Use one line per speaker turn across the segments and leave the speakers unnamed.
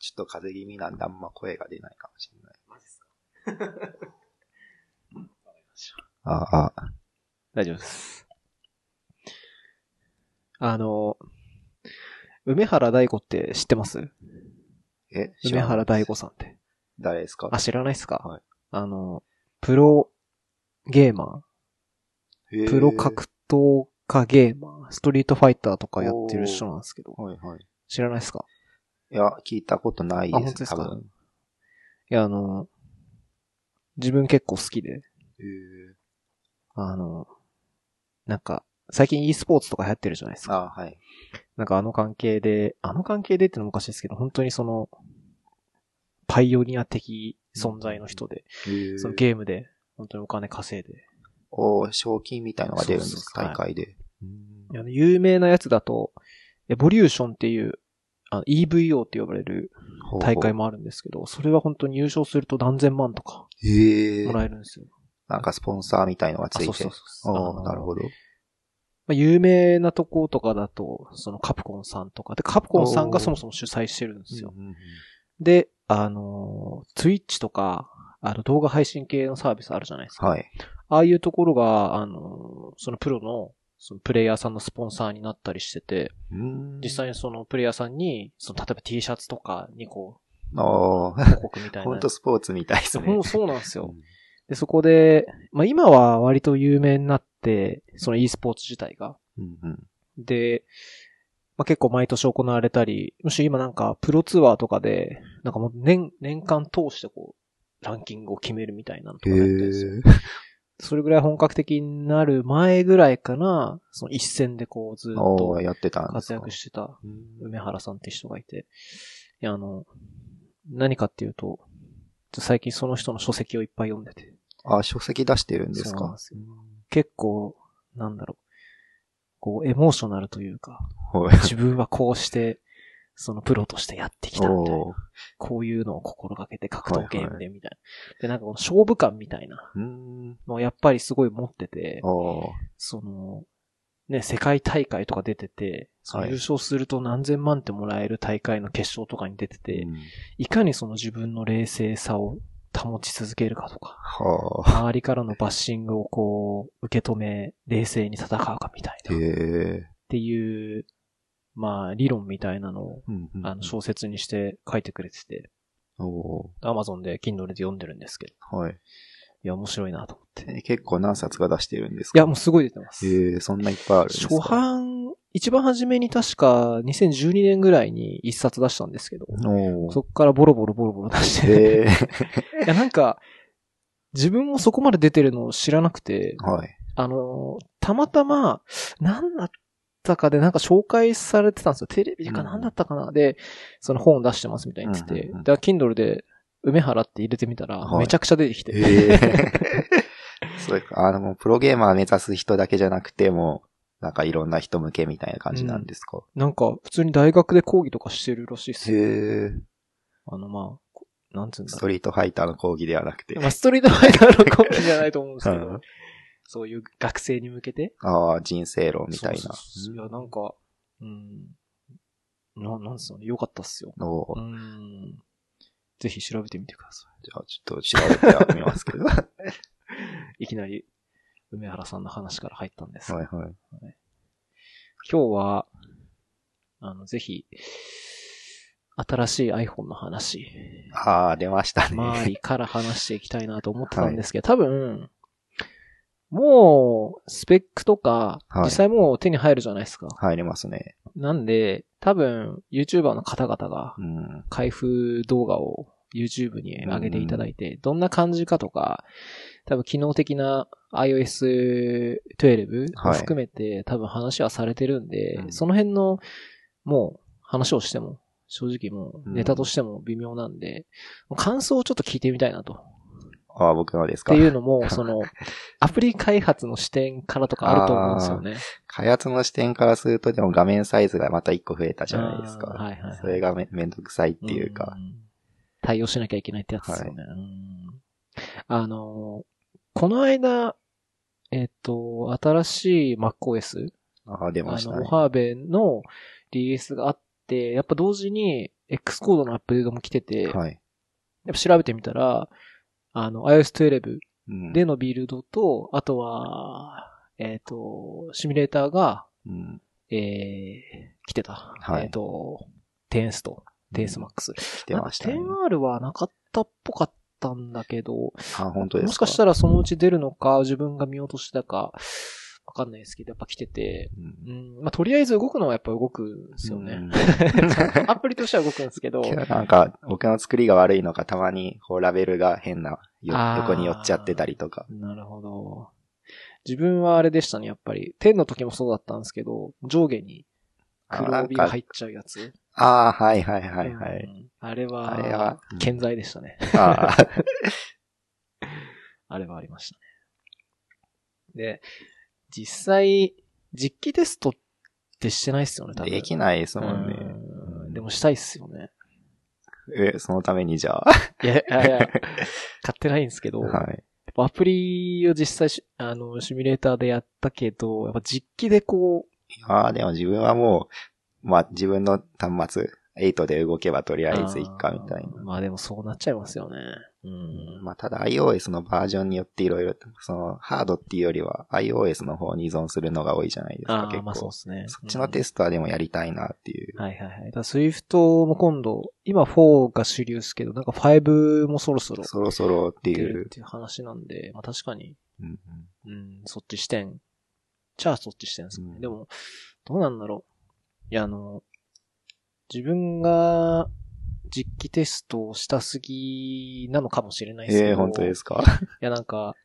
ちょっと風邪気味なんであんま声が出ないかもしれない。
マジっすか
ああ、ああ大丈夫です。
あの、梅原大吾って知ってます
え
梅原大
子
吾さんって。
誰ですか
あ、知らないっすか
はい
あの、プロゲーマ
へ
ー、
ー
プロ格闘家ゲーマー、ストリートファイターとかやってる人なんですけど、
はいはい。
知らないっすか
いや、聞いたことない
あ
で
本
す、
当ですか
多分。
いや、あの、自分結構好きで、
へー
あの、なんか、最近 e スポーツとか流行ってるじゃないですか。
あはい。
なんかあの関係で、あの関係でってのもおかしいですけど、本当にその、パイオニア的存在の人で、その
ー
ゲームで、本当にお金稼いで。
おー賞金みたいのが出るんです、
そうそうそう
大会で。
あの有名なやつだと、エボリューションっていう、あの EVO って呼ばれる大会
も。
もあるんですけど、それは本当に優勝すると何千万とか
へえ
も。らえるんですよ。
なんかスポンサーみたいのがつ
あ、そ
いう
そう
て。
そう。あ
お
の
ーなるほど。
まあ、有名なとことかだと、そのカプコンさんとか。で、カプコンさんがそもそも主催してるんですよ。
うんうんうん
で、あの、ツイッチとか、あの動画配信系のサービスあるじゃないですか。
はい。
ああいうところが、あの、そのプロの、そのプレイヤーさんのスポンサーになったりしてて、実際にそのプレイヤーさんに、その例えば T シャツとかにこ
に。お
う、
ー
広告みたいな。
ほんとスポーツみたいですね。
そうそうなんですよ
う。ん
で、そこで、まあ今は割と有名になって、その e スポーツ自体が。
うんうん。
で、まあ、結構毎年行われたり、むしろ今なんかプロツアーとかで、なんかもう年、年間通してこう、ランキングを決めるみたいなのとかやってるんですよ。
へえ。
それぐらい本格的になる前ぐらいかな、その一戦でこうずっ
お
と
ーやってたんですか
活躍してた
うん
梅原さんって人がいて、いやあの、何かっていうと、ちょっと最近その人の書籍をいっぱい読んでて、
あ、書籍出してるんです
そうなん
か
ですよ結構、なんだろう、こうエモーショナルというか、
はい
自分はこうして、そのプロとしてやってきたみたいな。
おー
こういうのを心がけて格闘ゲームでみたいな。で、なんかこの勝負感みたいな
うん。
のをやっぱりすごい持ってて、
おー
その、ね、世界大会とか出てて、その
はい
優勝すると何千万ってもらえる大会の決勝とかに出てて、
うん
いかにその自分の冷静さを保ち続けるかと か、
はあ。
周りからのバッシングをこう、受け止め、冷静に戦うかみたい
へ
な、っ
え。
ていう、まあ、理論みたいなのを
うんうん
あの、小説にして書いてくれてて、
お
Amazon で Kindle で読んでるんですけど、
ーはい。
いや、面白いなと思って。
え結構何冊が出してるんです
い
か
や、もうすごい出てます。
ええ、そんないっぱいあるんですか
初版、一番初めに確か2012年ぐらいに一冊出したんですけど、
おー
そっからボロボロボロボロ出して、
ええ。
いや、なんか、自分もそこまで出てるのを知らなくて、
はい。
あの、たまたま、なんだったかで、なんか紹介されてたんですよ。テレビか
うん
なんだったかな、で、その本出してますみたいに言ってて、
うんうんうん
で、Kindle で、梅原って入れてみたら、
はい
めちゃくちゃ出てきて、
ええ。 そうか。あの、もうプロゲーマー目指す人だけじゃなくて、もう、なんかいろんな人向けみたいな感じなんですか、
なんか、普通に大学で講義とかしてるらしいですよ。
へえ。
あの、まあこ、なんつうんだ
ス
ろ
トリートファイターの講義ではなくて
う。。まあ、ストリートファイターの講義じゃないと思うんですけ
う
ど
ん、
そういう学生に向けて、
ああ、人生論みたいな。
そうそうそういや、なんか、うん、ななんすよね、良かったっすよ。
のを
う、ん。ぜひ調べてみてください。
じゃあちょっと調べてはみますけ ど。はい
いきなり、梅原さんの話から入ったんですが。
はい。
今日は、あの、ぜひ、新しい iPhone の話、
ああ、出ましたね。
周りから話していきたいなと思ってたんですけど、多分、もう、スペックとか、
はい
実際もう手に入るじゃないですか。
入れますね。
なんで、多分、YouTuber の方々が
う、ん。
開封動画を YouTube に上げていただいて、どんな感じかとか、多分機能的な iOS12
はい
を含めて多分話はされてるんで、
うん
その辺のもう話をしても、正直もう
うん
ネタとしても微妙なんで、感想をちょっと聞いてみたいなと。
ああ、僕のです
って
か。
いうのも、その、アプリ開発の視点からとかあると思うんですよね。
開発の視点からすると、でも画面サイズがまた1個増えたじゃないですか。
あーはいはいはい
それがめめんどくさいっていうか。
ん。対応しなきゃいけないってやつですよね。うんあの、この間、えっ、と、新しい MacOS、
ああ、出
あ
まし
の、
た
モ
ね。
ハーベのリリースがあって、やっぱ同時に X コードのアップデートも来てて、やっ
はい。
ぱ調べてみたら、あの、iOS12
うん
でのビルドと、あとは、えっ、と、シミュレーターが、
うん。
えー、来てた。
はい
えっ、と、テンスと、テンスマックス。
出ましたね。
なんか 10R はなかったっぽかったんだけど、
あ、本当ですか。
もしかしたらそのうち出るのか、自分が見落としたか、わかんないですけど、やっぱ来てて、
うん、
うん、まあ、とりあえず動くのはやっぱ動くんですよ ね。アプリとしては動くんですけど
うん。、けどなんか、僕の作りが悪いのか、たまに、こう、ラベルが変な、よ
あー
横に寄っちゃってたりとか。
なるほど。自分はあれでしたね、やっぱり。10の時もそうだったんですけど、上下に黒帯が入っちゃうやつ。
ああ、はいはいはいは
う
い。
んあれは、
あれは、うん
健在でしたね。
あ ー
あれはありましたね。で、実際、実機テストってしてないっすよね、多分。
できないですもんね。
うんでもしたいっすよね。
え、そのためにじゃあ。
いや、いや、いや 買ってないんですけど、
はい。
アプリを実際し、あの、シミュレーターでやったけど、やっぱ実機でこう、
ああ、でも自分はもう、まあ、自分の端末、8で動けばとりあえずいっかみたい
あー
な。
まあでもそうなっちゃいますよね。うん。
まあ、ただ iOS のバージョンによっていろいろ、その、ハードっていうよりは iOS の方に依存するのが多いじゃないですか、
あ
結
ー
構。
まあそう
そ
ですね。
っちのテ
ス
ストはでもやりたいなっていう。
はいはいはい。だ Swift も今度、今4が主流ですけど、なんか5もそろそろ
そろそろって
出
い
る
う
っ。ていう話なんで、まあ確かに、
うん
うん、そっち視点、じゃあそっち視点ですかね。
うん
でも、どうなんだろう。いや、あの、自分が実機テストをしたすぎなのかもしれないですけど。
ええ本当ですか
いや、なんか、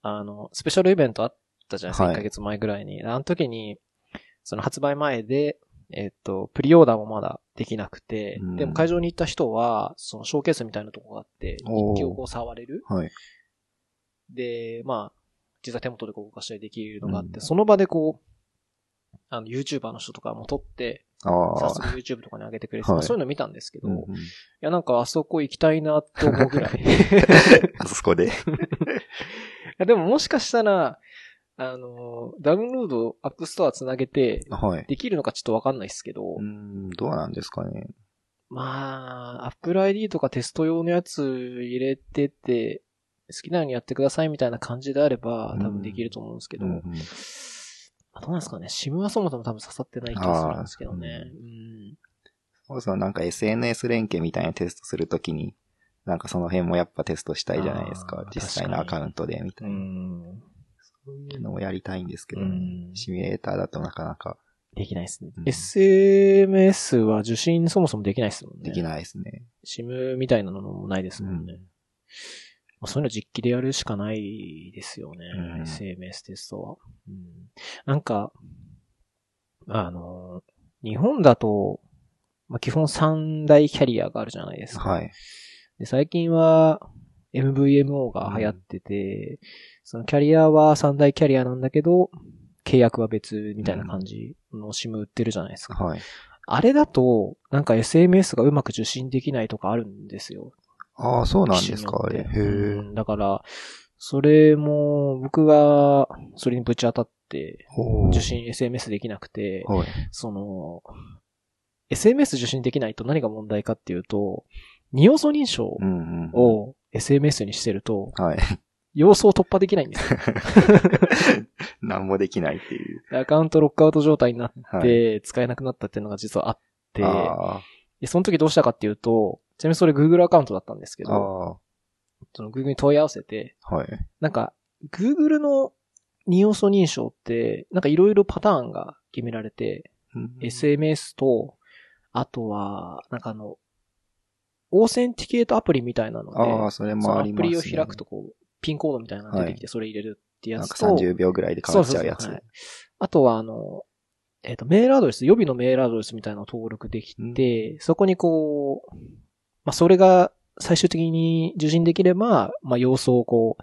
あの、スペシャルイベントあったじゃないですか、
はい
1ヶ月前ぐらいに。あの時に、その発売前で、えっと、プリオーダーもまだできなくて、
うん
でも会場に行った人は、そのショーケースみたいなとこがあって、
おー
日記をこう触れる。
はい。
で、まあ、実際手元でこう動かしたりできるのがあって、
うん
その場でこう、あの、YouTuber の人とかも撮って、
あ
早
あ。
速 YouTube とかに上げてくれて、
はい
まあそういうの見たんですけど、
うんう
い
ん
や、なんかあそこ行きたいなと思うぐらい。
あそこで。
いやでももしかしたら、あの、ダウンロード、アップストアつなげて、
はい。
できるのかちょっとわかんないですけど、
うん、どうなんですかね。
まあ、Apple ID とかテスト用のやつ入れてて、好きなようにやってくださいみたいな感じであれば、多分できると思うんですけど、
うんうん
まあどうなんですかね、SIM はそもそも多分刺さってない気がするんですけどね。
あー
うん
そうそう、なんか SNS 連携みたいなテストするときに、なんかその辺もやっぱテストしたいじゃないです
あ
か
ー。
実際のア
確か
カ
に
ウントでみた
う
いな。
ん。
そういうのもやりたいんですけど、
うん
シミュレーターだとなかなか
できないですね
う。ん
SMS は受信そもそもできないですもんね。
できないですね。
SIM みたいなのもないですもんね。
うん
まあ、そういうの実機でやるしかないですよね。
うん
SMS テストは。うん、なんか、あの、日本だと、まあ、基本三大キャリアがあるじゃないですか。
はい。
で最近は MVMO が流行ってて、そのキャリアは三大キャリアなんだけど、契約は別みたいな感じの SIM 売ってるじゃないですか。
はい。
あれだと、なんか SMS がうまく受信できないとかあるんですよ。
ああ、そうなんですか、あ
機
れ。へ
種によっ
え
て。うんだから、それも、僕が、それにぶち当たって、
ほう
受信 SMS できなくて、
はい。
その、SMS 受信できないと何が問題かっていうと、二要素認証
うんうん。
を SMS にしてると、
はい。
要素を突破できないんで すよ。
何もできないっていう。
アカウントロックアウト状態になっ
はい。
て、使えなくなったっていうのが実はあって、
あ
でその時どうしたかっていうと、ちなみにそれ Google アカウントだったんですけ
あ、あ
ど、
あ、は
その Google に問い合わせて、
い。
なんか、Google の二要素認証って、なんかいろいろパターンが決められて、
うん、
SMS と、あとは、なんかあの、オーセンティケートアプリみたいなので、
ああ、それ
そ
も
の
あ
ア
り
プ
ます、ね。
リを開くとこう、ピンコードみたいなのが出てきて、それ入れるってや
なん
つ
か
と、
30秒ぐらいで変わっちゃうやつ。
そうそうそうはいあとはあの、えっ、と、メールアドレス、予備のメールアドレスみたいなのを登録できて、そこにこう、まあ、それが最終的に受信できれば、まあ、要素をこう、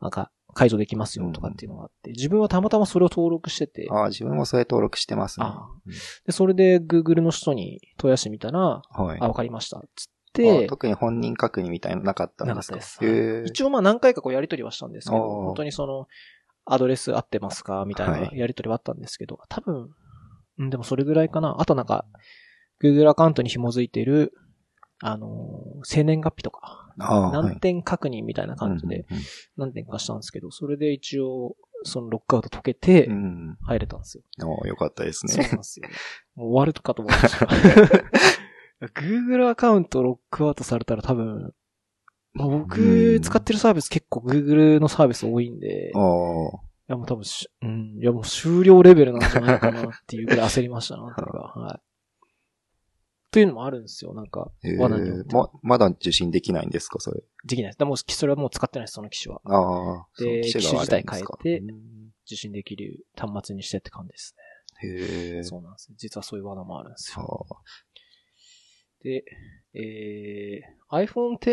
なんか、解除できますよとかっていうのがあって、自分はたまたまそれを登録してて、
ああ、自分もそれ登録してますね。
あでそれで Google の人に問い合わせてみたら、
うんはい。
あ、わかりました。つっ
あ
て、
特に本人確認みたいなのなかったん
なか
で
っ
す
た
か
です。
へえ
一応まあ何回かこうやりとりはしたんですけど、
あー
本当にその、アドレス合ってますかみたいな
はい
やりとりはあったんですけど、多分、うん、でもそれぐらいかな。あとなんか、 Google アカウントに紐づいてる、あの、生年月日とか、
ああ、は
何
い。
点確認みたいな感じで、
うん
何点かしたんですけど、それで一応、そのロックアウト解けて
うんう、ん。うん
入れたんですよ。
おーよかったです
そう
ね
な。んで すよ。もう終わるかと思いました。Google アカウントロックアウトされたら多分、まあ、
う
僕
ん
使ってるサービス結構 Google のサービス多いんで、い
おー
やもう多分し、うん、いやもう終了レベルなんじゃないかなっていうくらい焦りましたな、というか、はい。というのもあるんですよ、なんか、
えー
罠によって。
ま、まだ受信できないんですか、それ。
できないです。でも、それはもう使ってないです、その機種は。
ああ。
で
そう
機種自体変えて
機種があるん
受信できる端末にしてって感じで
です
す
かへえ
ね。。そうなんです。実はそういう罠もあるんですよ。
は
で、えー、iPhone X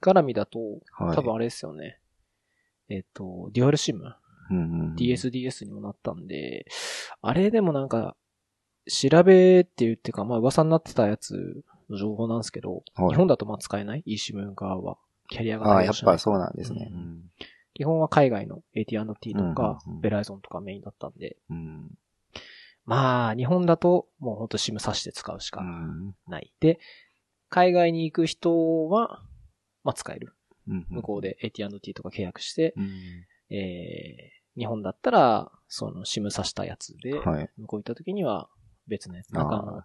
絡みだと、
あはい。
多分あれですよね。えっ、と、デュアルシム
うんうん、
?DSDS にもなったんで、あれでもなんか、調べっていうっていうか、まあ噂になってたやつの情報なんですけど、
はい
日本だとまあ使えない ?eSIM 側は。キャリアが
ああ、
対
や
応
っ
しない
ぱそうなんですね。
基本は海外の AT&T とか、
うんうんうん
ベライゾンとかメインだったんで、
うん。
まあ、日本だともうほんと SIM 挿して使う
う
しか
ん。
ない。で、海外に行く人は、まあ使える。
うん。
向こうで AT&T とか契約して、
うん。
えー、日本だったら、その、シムさしたやつで、
はい。
向こう行った時には別のやつ。
あー
なんかあの、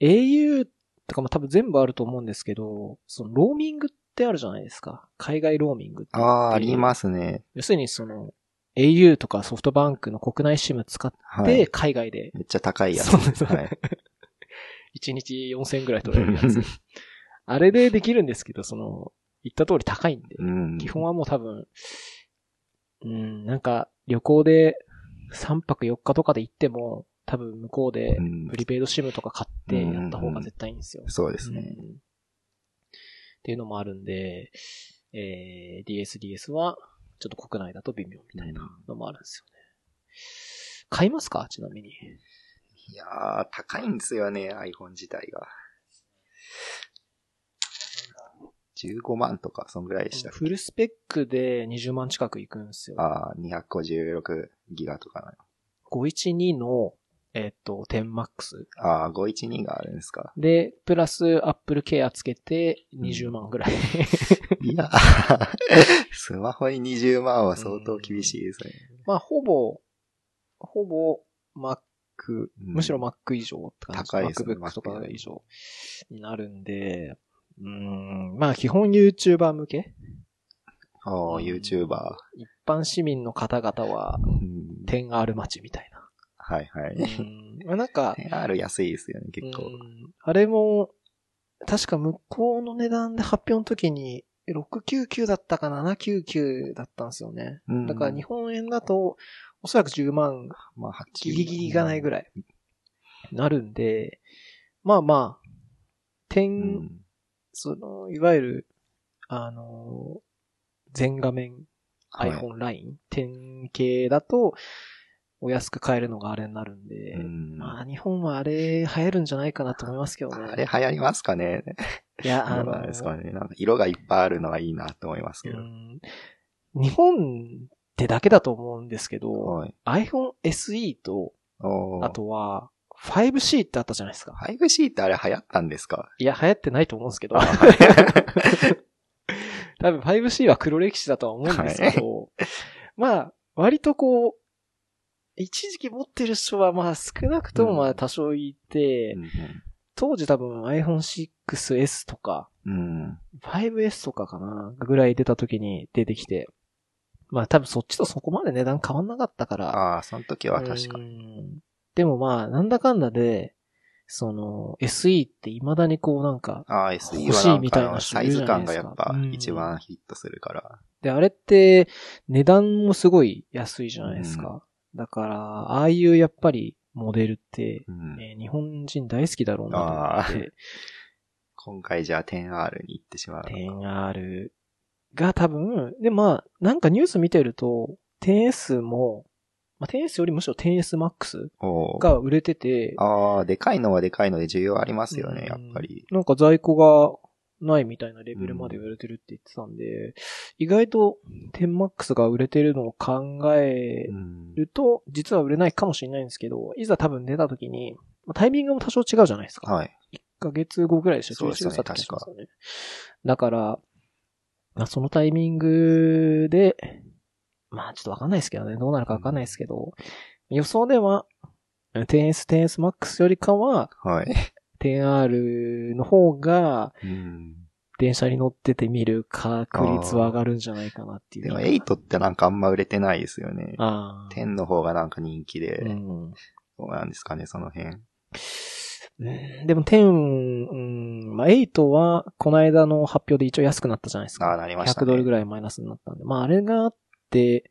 au とかも多分全部あると思うんですけど、その、ローミングってあるじゃないですか。海外ローミングって
ああ、ありますね。
要するにその、au とかソフトバンクの国内シム使っ
は
て、
い。
海外で、
めっちゃ高いやつ。
そうです
はい。
1日4000円ぐらい取れるや つ。あれでできるんですけど、その、言った通り高いんで、
うん。
基本はもう多分、うん、なんか旅行で3泊4日とかで行っても、多分向こうで
うん
プリペイドシムとか買ってやった方が絶対いいんですよ。
そうですね。
うんっていうのもあるんで、えー、DSDS はちょっと国内だと微妙みたいなのもあるんですよね。買いますかちなみに。
いやー、高いんですよね、iPhone 自体が。15万とか、そんぐらいでしたっけ。
フルスペックで20万近くいくんですよ。
ああ、256ギガとかな。
512の、えっ、と、10MAX。
ああ、512があるんですか。
で、プラスアップルケアつけて20万ぐらい。
いや、スマホに20万は相当厳しいですね。
まあ、ほぼ、ほぼ Mac、むしろ
ま
Mac 以上って感じ。
高いですね
MacBook と
Mac
か
より
以上になるんで、うん、まあ基本 YouTuber 向け
ああ、YouTuber。
一般市民の方々は
うん
点がある街みたいな。
はいは
う
い。
ん、まあなんか、
AR 安いですよね、結
う
構。
んあれも、確か向こうの値段で発表の時に、699だったか799だったんですよね。
うん
だから日本円だと、おそらく10万
まあ、8
ギリギリがないぐ
らい。
らい、なるんで、まあまあ、
う
点、
ん。
その、いわゆる、あの、全画面
はい
iPhone Line、点系だと、お安く買えるのがあれになるんで、
うん
まあ日本はあれ流行るんじゃないかなと思いますけどね。
あれ流行りますかね
いや、
あの、
あの
なん、ですかね。なんか色がいっぱいあるのはいいなと思いますけど
う。ん日本ってだけだと思うんですけど、
はい。
iPhone SE と、
おー
あ。とは、5C ってあったじゃないですか。
5C ってあれ流行ったんです か
いや、流行ってないと思うんですけど、 多分 5C は黒歴史だとは思うんですけど、 まあ、割とこう、一時期持ってる人はまあ少なくともまあ多少いて、当時多分 iPhone6S とか、
うん。うん
5S とかかな、ぐらい出た時に出てきて、まあ多分そっちとそこまで値段変わんなかったから。
ああ、その時は確か
う
に。
んでもまあ、なんだかんだで、その SE って未だにこうなんか、
ああ、SE
欲しい
はなん
みたいな
か
人
サ
い
イ
るじ
ズ
ゃない
感
で
が
す
や
か
っぱ
うん
一番ヒットするから。
で、あれって値段もすごい安いじゃないですか。だから、ああいうやっぱりモデルって、
うん
えー日本人大好きだろうなと思って、
今回じゃあ 10R に行ってしまう。
10R が多分、で、まあ、なんかニュース見てると、10S も、まあ、10S よりむしろ 10SMAX
おー
が売れてて、
ああ、でかいのはでかいので需要ありますよね、やっぱり。
なんか在庫がないみたいなレベルまで売れてるって言ってたんで、意外と 10MAX が売れてるのを考え
うん
ると、実は売れないかもしれないんですけど、いざ多分出た時に、まあタイミングも多少違うじゃないですか。
はい。
1ヶ月後ぐらいでしょ、
そうですね
中止が去ってますよねだから、まあ、そのタイミングで、まあちょっとわかんないですけどね、どうなるかわかんないですけど、予想では、10S、10S Max よりかは、
はい。
10R の方が、
うん。
電車に乗ってて見る確率は上がるんじゃないかなっていう。
でも、8ってなんかあんま売れてないですよね。
ああ。
10の方がなんか人気で、
うん。
どうなんですかね、その辺。
うんでも10、うん、まあ8は、この間の発表で一応安くなったじゃないですか。
ああ、なりました、ね。
100ドルぐらいマイナスになったんで。まあ、あれがあって、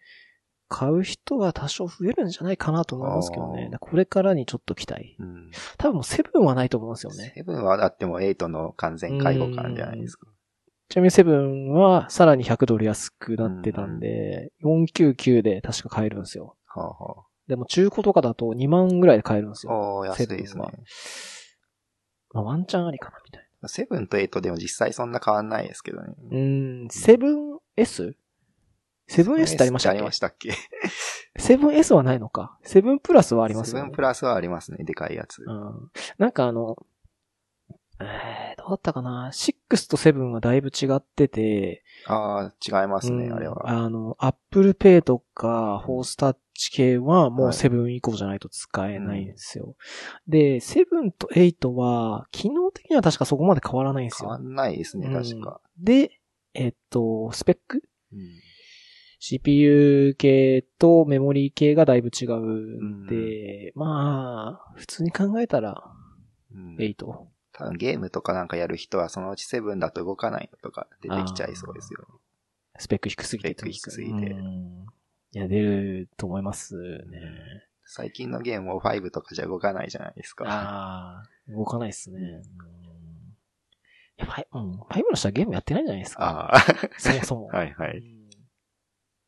買う人は多少増えるんじゃないかなと思いますけど
あー。
ねだからこれからにちょっと期待。
うん。
多分もうセブンはないと思うんですよね。
セブンはだってもう8の完全介護感じゃないですか。
ちなみにセブンはさらに100ドル安くなってたんで、499で確か買えるんですよ。
はあ、は
でも中古とかだと2万ぐらいで買えるんです
あ、
よ。
おー安いですね。
まあ、ワンチャンありかな、みたい
セブンと8でも実際そんな変わんないですけどね。
な。うーん、セブン S? セブン S ってありましたっ
ありま
け
したっけ
セブン S はないのか。セブンプラスはあります
セ
よ
ブ
ね。
ンプラスはありますね、でかいやつ。
うんなんかあの、えー、どうだったかな ?6 と7はだいぶ違ってて、
ああ、違いますね、
うん
あれは。
あの、Apple Pay とか、フォースタッチ系はもう
はい
7以降じゃないと使えないんですよ。で、7と8は、機能的には確かそこまで変わらないんです
変わ
よ。
んないですね、
うん
確か。
で、えっと、スペック
うん。
CPU 系とメモリー系がだいぶ違うんで、まあ、普通に考えたら
うん
8。
多分ゲームとかなんかやる人はそのうちセブンだと動かないのとか出てきちゃいそうですよね。
スペック低すぎてってことです
スペ
よね。
ック低すぎて
うんいや、出ると思いますね。
最近のゲームも5とかじゃ動かないじゃないですか。
ああ、動かないっすね。うんいや、ファイうん、ファイブの人はゲームやってないんじゃないですか。
ああ。
そもそも。
はいは
う
い。
ん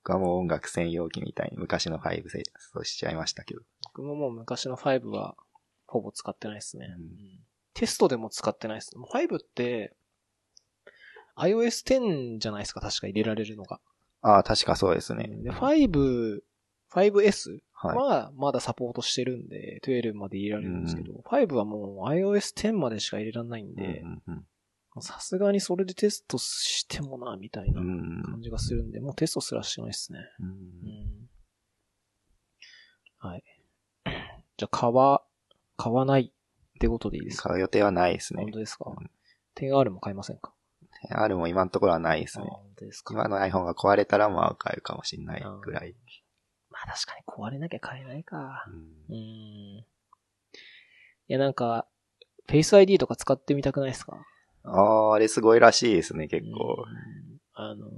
僕はもう音楽専用機みたいに昔の5せそうしちゃいましたけど。
僕ももう昔のファイブは、ほぼ使ってないですね、
うん
うんテストでも使ってないですね。ファイブって、iOS 10じゃないですか、確か入れられるのが。
ああ、確かそうですね。
で、5、5S
はい。
はまだサポートしてるんで、12まで入れられるんですけど、5はもう iOS 10までしか入れられないんで
う、んうん
もうさすがにそれでテストしてもな、みたい
うん
な
うん
感じがするんで、もうテストすらしてないですね。
う
うんんはい。じゃあ、買わ、買わないってことでいいですか
買う予定はないですね
本。当ですか
うん
?10R も買いませんか
R も今のところはないです
あ
ね。
本当ですか
今の iPhone が壊れたらまあ買えるかもしれないぐらい。
まあ確かに壊れなきゃ買えないか
う。
うんん。いや、なんか、フェイス ID とか使ってみたくないですか
ああ、あれすごいらしいですね、結構
う。んあの、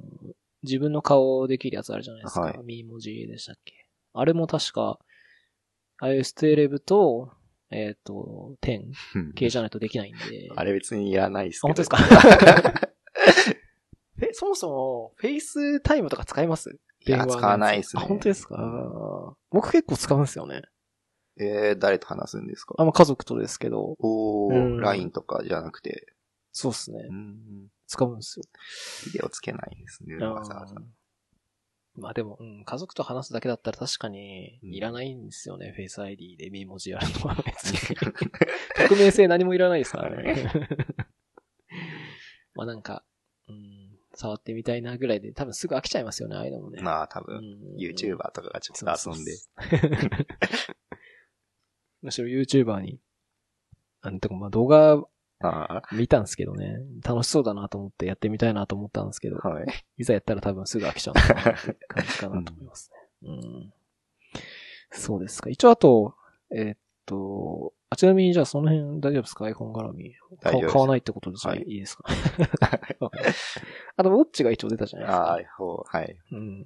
自分の顔できるやつあるじゃないですか。
はい
ミー文字でしたっけ。あれも確か、iOS12 と、えっ、と、10
うん
系じゃないとできないんで。
あれ別にいらないですけど。
あ本当です かえ、そもそも、フェイスタイムとか使います
いや、使わないですね。
あ、本当ですか僕結構使うんですよね。
えー、誰と話すんです
あ
か
まあ家族とですけど、
お
う
ー、
ん
LINE とかじゃなくて。
そうですね
う。ん。
使うんですよ。
ビデオつけないですね、わざわざ
あー。まあでも、うん、家族と話すだけだったら確かに、いらないんですよね、フェイス ID で B 文字やる のは別に。匿名性何もいらないですからね。 まあなんか、うん、触ってみたいなぐらいで、多分すぐ飽きちゃいますよね、ああいうのも ね。
まあ多
う
分、
ん
YouTuber とかがちょっと遊んで。
むしろ YouTuber に、あの、てかまあ動画
あ
見たんですけどね、楽しそうだなと思ってやってみたいなと思ったんですけど、
あ、 はい。
いざやったら多分すぐ飽きちゃうんだなっていう感じかなと思いますね。うん。そうですか。一応あと、えーっと、あちなみにじゃあその辺大丈夫ですか ?iPhone 絡み。
大丈夫
買
です
買わないってことですね。
はい
い、いですか わかりましたあの、ウォッチが一応出たじゃないです
あ
か
あ。、ほう、はい。
うん。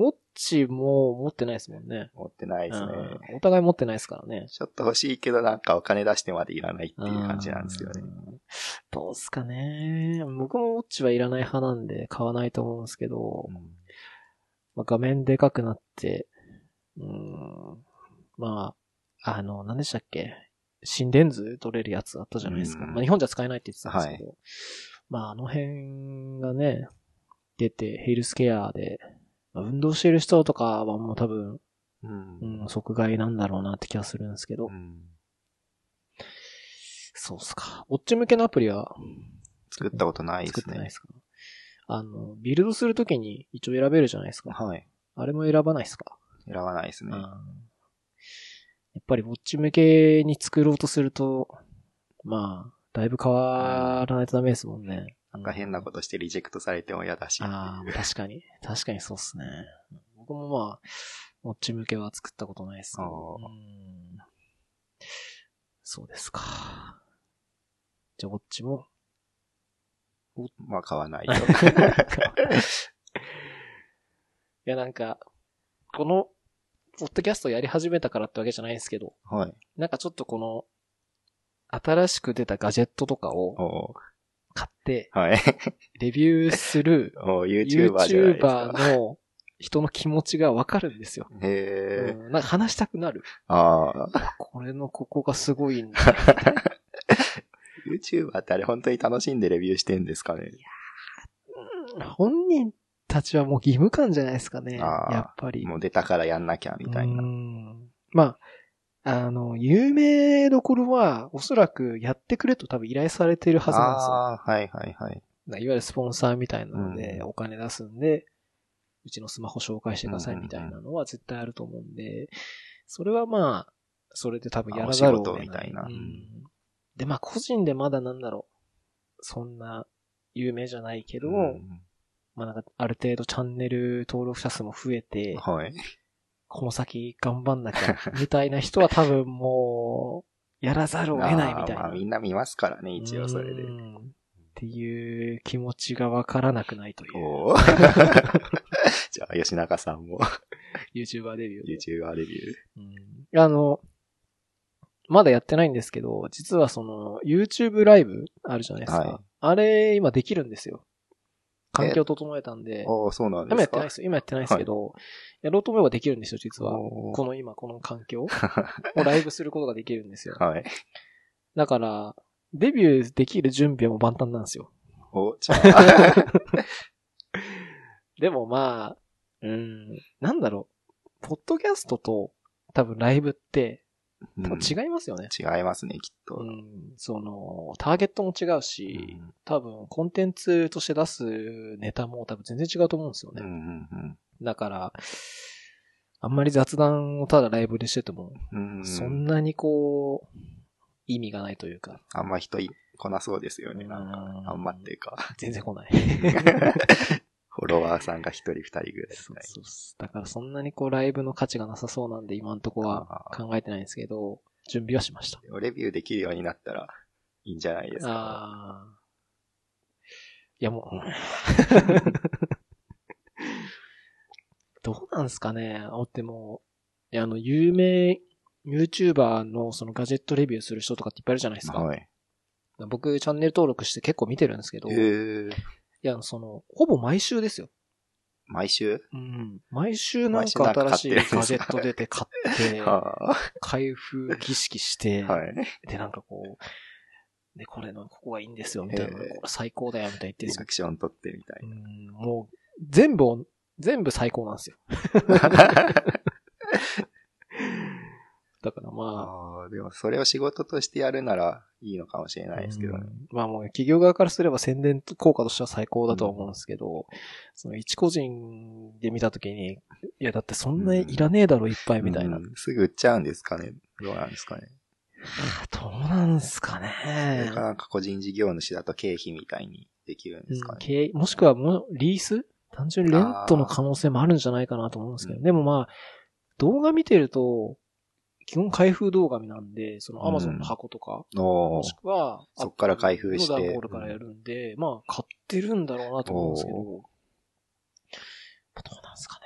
ウォッチも持ってないですもんね。
持ってないですね。
うんお互い持ってないですからね。
ちょっと欲しいけどなんかお金出してまでいらないっていう感じなんですよね
う。ん。どうすかね。僕もウォッチはいらない派なんで買わないと思うんですけど、まあ、画面でかくなって、うーん、まあ、あの、何でしたっけ心電図取れるやつあったじゃないですか。
うん
まあ、日本じゃ使えないって言ってたんですけど、まあ、あの辺がね、出て、ヘイルスケアで、まあ運動してる人とかはもう多分、
うん。
うん、即買いなんだろうなって気がするんですけど
う、ん
そうっすか。ウォッチ向けのアプリは
作ったことないで
作っ
す
てないで
ね。
すか、あの、ビルドするときに一応選べるじゃないですか。
はい。
あれも選ばないですか、
選ばないですね。
やっぱりウォッチ向けに作ろうとすると、まあ、だいぶ変わらないとダメですもんね。
なんか変なことしてリジェクトされても嫌だし。
ああ、確かに。確かにそうっすね。僕もまあ、ウォッチ向けは作ったことないですけど。
あー
うんそうですか。じゃあ、ウォッチも。
まあ買わない
い
と。
や、なんか、この、ポッドキャストやり始めたからってわけじゃないんですけど、
はい。
なんかちょっとこの、新しく出たガジェットとかを
おー
買って、
はい。
レビューする
おー YouTuber じゃないですか。
YouTuber の人の気持ちがわかるんですよ。
へえ。
うんなんか話したく なる。
ああ。
あこれのここがすごいんだ。
YouTuber ってあれ本当に楽しんでレビューしてんですかね。
うん本人たちはもう義務感じゃないですかね。
あー
やっぱり。
もう出たからやんなきゃみたいうな。
んまあ、あの、有名どころは、おそらくやってくれと多分依頼されてるはずなんですよ。
ああ、はいはいはい。
ないわゆるスポンサーみたいなので、
う
お金出すんで、うちのスマホ紹介してくださいみたいなのは絶対あると思うんで、それはまあ、それで多分やらざるを得ない。
あお仕事みたいな
う
うん
んで、まあ個人でまだなんだろう。そんな有名じゃないけど、
うん
まあなんかある程度チャンネル登録者数も増えて、
はい。
この先頑張んなきゃ、みたいな人は多分もう、やらざるを得ないみた
あー
い
まあ
な。
みんな見ますからね、一応それで
う。んっていう気持ちがわからなくないという、
おー じゃあ、吉中さんも
YouTuber デビューで。
YouTuber レビュー。
うんあの、まだやってないんですけど、実はその、YouTube ライブあるじゃないですか。
はい
あれ、今できるんですよ。環境整えたんで。
おーそうなんで
今や
す
って
か
ないですよ。今やってないですけど、やろうと思えばできるんですよ、実は。
おー
この今、この環 境をライブすることができるんですよ。
はい。
だから、デビューできる準備はもう万端なんですよ。
お、じゃ あ、
でもまあ、うん、なんだろう。ポッドキャストと多分ライブって多
う
分
ん
違いますよね。
違いますね、きっ
う
と。
ん、その、ターゲットも違うし、多分コンテンツとして出すネタも多分全然違うと思うんですよ
うんう
ね。
ん
だから、あんまり雑談をただライブでしてても、
うんうん
そんなにこう、意味がないというか。
あんま人い来なそうですよね。なんか
うん
あんまっていうか、
全然来ない。
フォロワーさんが一人二人ぐらいし
そう
ない。
そうそう。だからそんなにこうライブの価値がなさそうなんで今んとこは考えてないんですけど、準備はしました。
でもレビューできるようになったらいいんじゃないですか。
ああ。いやもう。どうなんすかねあ、でも、いやあの、有名 YouTuber のそのガジェットレビューする人とかっていっぱいいるじゃないですか。
はい。
僕チャンネル登録して結構見てるんですけど、
え
い
ー、
や、その、ほぼ毎週ですよ。
毎週
うん。毎週なん
毎週
か
なんか
新しい
買ってるん
ガ
です
ジ
か
ェット出て 買って、
は
開封儀式して、
い。はい。
で、なんかこう、で、これの、ここがいいんですよ、みたいな、
ええ
これ最高だよ、みたいな言ってる
リ
んで
ア
すよ
クション取ってみたい。
うんもう、全部を、全部最高なんですよ。 だからまあ、
ああ、でもそれを仕事としてやるならいいのかもしれないですけど
う
ね。
んまあもう企業側からすれば宣伝効果としては最高だとは思うんですけど、その一個人で見たときに、いやだってそんなにいらねえだろ、いっぱいみたいな。
うんすぐ売っちゃうんですかねどうなんですかね、
どうなんすか
そ
ね
れか。なんか個人事業主だと経費みたいにできるんですか
うん
ね、
経営もしくはもうリース単純にレントの可能性もあるんじゃないかなと思うんですけど、
うん
でもまあ、動画見てると、基本開封動画なんで、その
うん
Amazon の箱とか、
お
も
ー
しくは、
そっから開封して
ダンボールからやるんで、まあ、買ってるんだろうなと思うんですけど、どうなんですかね。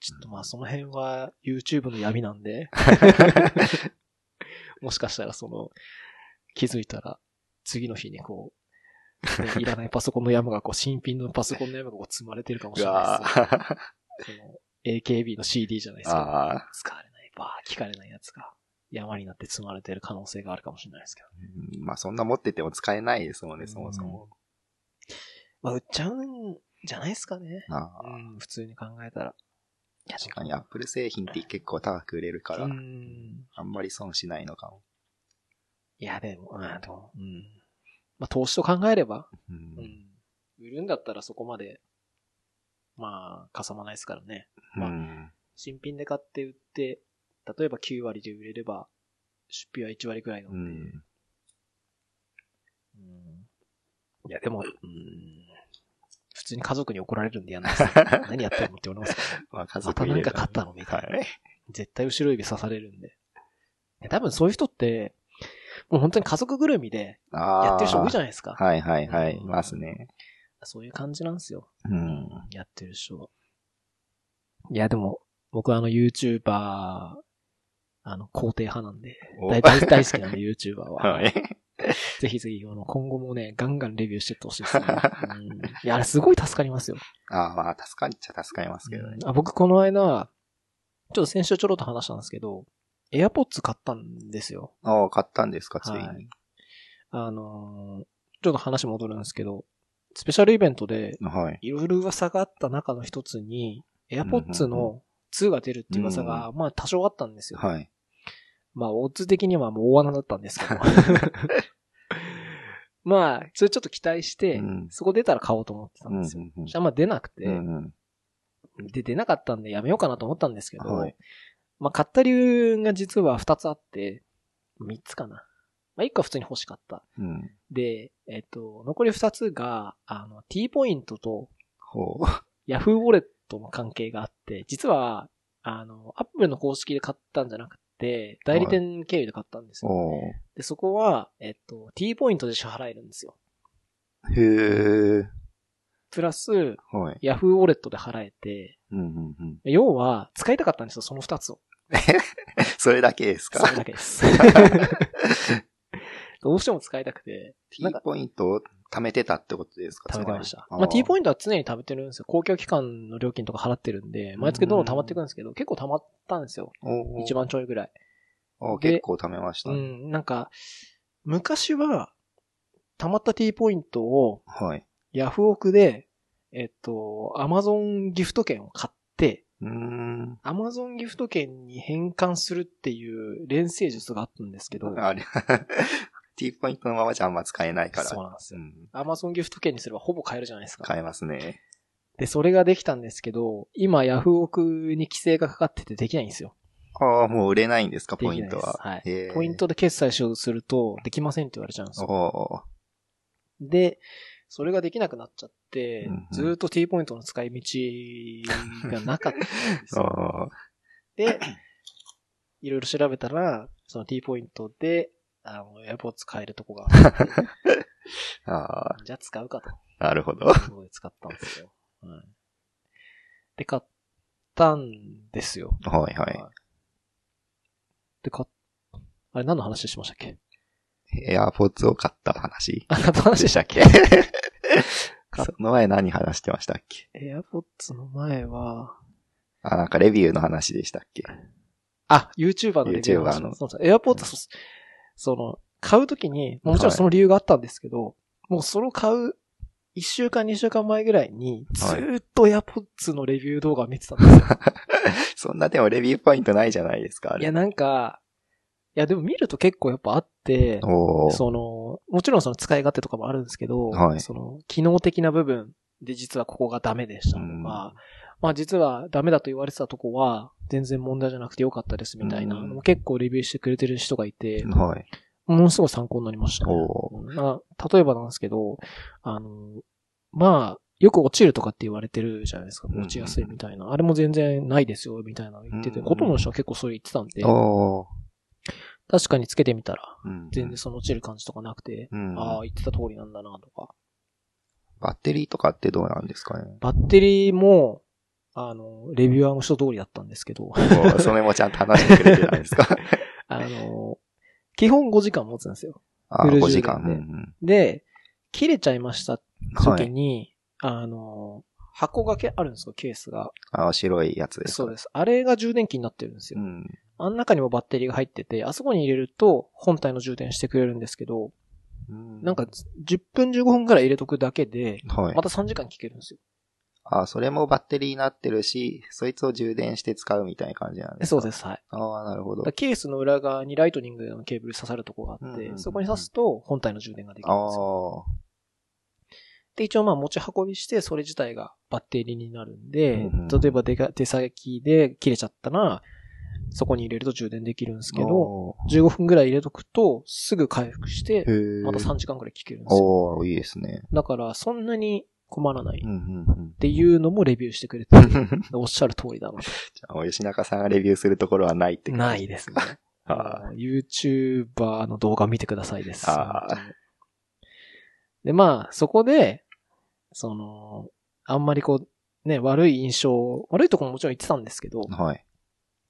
ちょっとまあ、その辺は YouTube の闇な んで、もしかしたらその、気づいたら、次の日にこう、ねいらないパソコンの山がこう、新品のパソコンの山がこう積まれてるかもし
う
れない
わ
ですよ。
ー
その AKB の CD じゃないですか。
ああ、
使われない、ばー聞かれないやつが山になって積まれてる可能性があるかもしれないですけど。
うんまあそんな持ってても使えないですもんね、そもそも。
まあ、売っちゃうんじゃないですかね。
ああ
うん、普通に考えたら。いや、
確かに Apple 製品って結構高く売れるから
う、ん。
あんまり損しないのかも。
いや、でも、うん、でも、うん。まあ、投資と考えれば、
う。
うんん。売るんだったらそこまで、まあ、かさまないですからね。
う
まあ
ん。
新品で買って売って、例えば9割で売れれば、出費は1割くらいの。
う
うん。
ん。
いや、でも、うん。普通に家族に怒られるんでやんないですね何やってるのって思いますけど
まあ、家
ま
族
た
入
な
れ
ん
る
か勝ったのみたいな。
はい。
絶対後ろ指刺されるんで。いや多分そういう人って、もう本当に家族ぐるみで
ああ。
やってる人多いじゃないですか。
はいはいはい。い
うん
ますね。
そういう感じなんですよ。
うん。
やってる人。いや、でも、僕はあの YouTuber、あの、肯定派なんで、
お
大大大好きな んで YouTuber は。
はい。
ぜひぜひ、あの、今後もね、ガンガンレビューしてってほしい ですね。うんいや、あれすごい助かりますよ。
ああ、まあ、助かっちゃ助かりますけどね。
あ僕この間、ちょっと先週ちょろっと話したんですけど、AirPods 買ったんですよ。
ああ、買ったんですか、つい
は
に。
あのーちょっと話戻るんですけど、スペシャルイベントで、
はい。
いろいろ噂があった中の一つに、AirPods
うんうん
の2が出るっていう噂が、まあ多少あったんですよ。
はい。
まあ、オッズ的にはもう大穴だった んですけど。まあ、それちょっと期待して、
うん
そこ出たら買おうと思ってた
うん
ん
う
ですよ。
んうん
じゃあまあ出なくて、
うんうん
で、出なかったんでやめようかなと思ったんですけど、
はい
まあ買った理由が実は2つあって、3つかな。まあ1個は普通に欲しかった。
うん。
で、えっと、残り2つが、あの、T ポイントと
ほう。
Yahoo ウォレットの関係があって、実は、あの、Apple の公式で買ったんじゃなくて、代理店経由で買ったんですよ。
おう
で、そこは、えっと、T ポイントで支払えるんですよ。
へえ。
プラス、
はい。
Yahoo ウォレットで払えて、
うんうんうん。
要は、使いたかったんですよ、その2つを。
それだけです
そ
か
れだけです。どうしても使いたくて、
?T ポイントを貯めてたってことですか
貯めてました。
つり
まあ T ポ
イン
イントは常に貯めてるんですよ。公共機関の料金とか払ってるんで、毎月どんどん貯まっていくんですけど、結構貯まったんですよ。
ト
1。万ちょいぐらい。
おうおう
で
結構貯めました
う
ね。
ん、なんか、昔は、貯まった T ポイントを
はい。
ヤフオクで、えっと、Amazon ギフト券を買って、
うーん。
Amazon ギフト券に変換するっていう連成術があったんですけど、
あれ、T ポイントのままじゃあんま使えないから。
そうなんですよ。
ん
Amazon ギフト券にすればほぼ買えるじゃないですか。
買えますね。
で、それができたんですけど、今ヤフオクに規制がかかっててできないんですよ。
ああ、もう売れないんですか、
でき
ポ
ない
イ
で
ン
す
トは。
はい
へー
ポイン。トで決済しようとすると、できませんって言われちゃうんですよ。
お
で、それができなくなっちゃって、
うんうん
ずーっと T ポイントの使い道がなかったんです
ー
よ。
お
で、いろいろ調べたら、その T ポイントで、あの、AirPods 買えるとこがあって、
ーあ
じゃあ使うかと。
あ、なるほど。
すごい使ったんですよ。はい。で、買ったんですよ。
はいはい。
で、買っ、あれ何の話しましたっ け
エアポッツを買った話
あ、何の話
でし
でした
た
っ
っけその前何話してましたっけ
け ?AirPods の前は、
あ、なんかレビューの話でしたっけ
あ、YouTuber のレビュー
YouTuber の
そうそう。AirPods、そその、買うときに、もちろんその理由があったんですけど、もうその買う、一週間、二週間前ぐらいに、ず
はい
ーっと AirPods のレビュー動画を見てたんですよ。
そんなでもレビューポイントないじゃないですか、あ
い、
れ。
や、なんか、いや、でも見ると結構やっぱあって、
おー
その、もちろんその使い勝手とかもあるんですけど、
はい
その、機能的な部分で実はここがダメでしたとか、
うん
まあ実はダメだと言われてたとこは、全然問題じゃなくてよかったですみたいな、
うん
結構レビューしてくれてる人がいて、
はい。
ものすごい参考になりましたね、
お
な例えばなんですけど、あの、まあ、よく落ちるとかって言われてるじゃないですか。
うん
落ちやすいみたいな。あれも全然ないですよ、みたいなの言ってて。
うん
ほとんどの人は結構それ言ってたんで、
おー
確かにつけてみたら、
うん
全然その落ちる感じとかなくて、
うん。
ああ、言ってた通りなんだな、とか。
バッテリーとかってどうなんですかね
バッテリーも、あの、レビュアーの人通りだったんです けど、
おーそれもちゃんと話してくれてたんです か
あの、基本5時間持つんですよ。
あ
フ
ー
ル
5時
充電で
間。うん
で、切れちゃいました
うんはい
時。に、あの、箱がけあるんですよ、ケースが。
あの、白いやつですか。
そうです。あれが充電器になってるんです
う
よ。
ん。
あん中にもバッテリーが入ってて、あそこに入れると本体の充電してくれるんですけど、
うん
なんか、10分15分くらい入れとくだけで、
はい
ま。た3時間聞けるんですよ。
あ、それもバッテリーになってるし、そいつを充電して使うみたいな感じなんです
そう
か。
ですす、はい。
ああ、なるほど
だから。ケースの裏側にライトニングのケーブル刺さるとこがあっ
うんうんう
て、
ん
そこに刺すと本体の充電ができるんですよ。
ああ。
で、一応まあ持ち運びして、それ自体がバッテリーになるんで、
うんうん
例えば出が出先で切れちゃったら、そこに入れると充電できるんですけど、
お
15分ぐらい入れとくと、すぐ回復して
ー、、へえ。
また3時間くらい聞けるんですよ。
おおいいですね。
だから、そんなに困らない
うん
っ
うんうん。
ていうのもレビューしてくれてる、おっしゃる通りだなと。
じゃあ、吉中さんがレビューするところはないって
ない
で。
ですね。
あ
あの YouTuber の動画見てくださいです。
あー
本当にで、まあ、そこで、その、あんまりこう、ね、悪い印象、悪いとこももちろん言ってたんですけど、
あ。はい。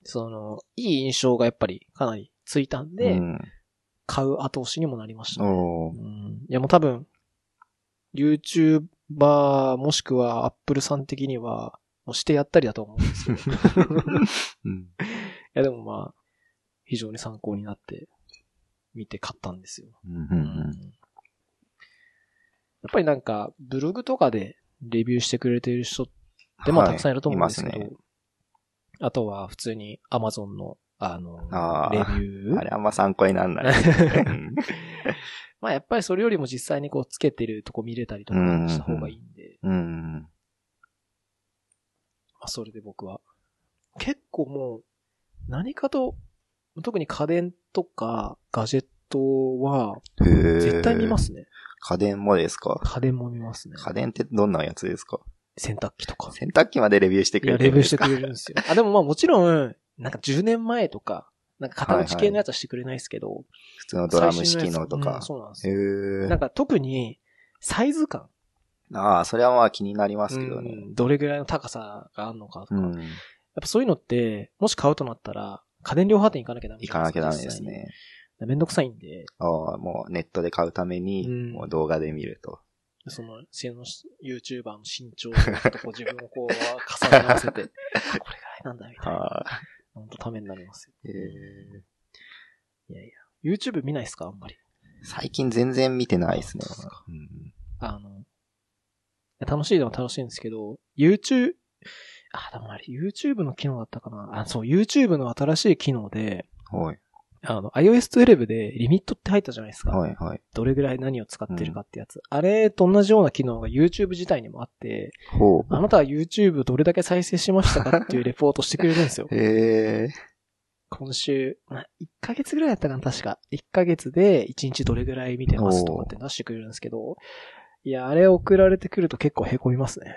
その、いい印象がやっぱりかなりついたんで、
うん、
買う後押しにもなりました、ね
おー
うん。いや、もう多分、YouTuber もしくは Apple さん的には、もうしてやったりだと 思うんですけど、い
うん。
や、でもまあ、非常に参考になって、見て買ったんですよ。
うんうん
や
う
っ
ん
ぱりなんか、ブログとかでレビューしてくれてる人って、まあ
は
たくさんいると思うんですけ
い
ど、
ますね
あとは普通に Amazon の、あの、
あ
レ
ー
ビュー
あれあんま参考にならない。うん
まあやっぱりそれよりも実際にこうつけてるとこ見れたりとかした方がいいんで、
うん。
まあそれで僕は。結構もう、何かと、特に家電とかガジェットは、
へえ。。
絶対見ますすね。
家電もですか
家電も見ますね。
家電ってどんなやつですか
洗濯機とか。
洗濯機までレビューしてく
いや、
れ
レ
るん
ビュー
で
し
す
て
か
くれるんですよ。あ、でもまあもちろん、なんか10年前とか、なんか片打ち系のやつはしてくれないですけど、
普通のドラム式のとか。
最新のやつうんそう
へ
なんですよ。なん
え。
か特に、サイズ感。
ああ、それはまあ気になりますけど
う
ね。
んどれぐらいの高さがあるのかとか。
う
やっ
ん。
ぱそういうのって、もし買うとなったら、家電量販店行かなきゃダメ
行
じゃ
かなき
い
ゃ
す
ダ
か
メです。ね。
実際めんどくさいんで、
ああ、もうネットで買うため
う
に、
ん
もう動画で見ると。
その、その YouTuber の身長とこう自分をこう重ね合 わせて、あこれぐらいなんだみたいな。
ああ。
本当ためになりますよ。
へえ
いやいや。YouTube 見ないですかあんまり。
最近全然見てないですね
そうですか。
うん
あの、楽しいのは楽しいんですけど、YouTube、あ、でもあれ YouTube の機能だったかな。あ、そう、YouTube の新しい機能で、
はい。
あの、iOS12 でリミットって入ったじゃないですか。
はい、はい。
どれぐらい何を使ってるかってやつ。あれと同じような機能が YouTube 自体にもあって、
ほう。。
あなたは YouTube どれだけ再生しましたかっていうレポートしてくれるんですよ
へえ。
今週、まあ、1ヶ月ぐらいだったかな、確か。1ヶ月で1日どれぐらい見てますとかって出してくれるんですけど、いや、あれ送られてくると結構凹みますね。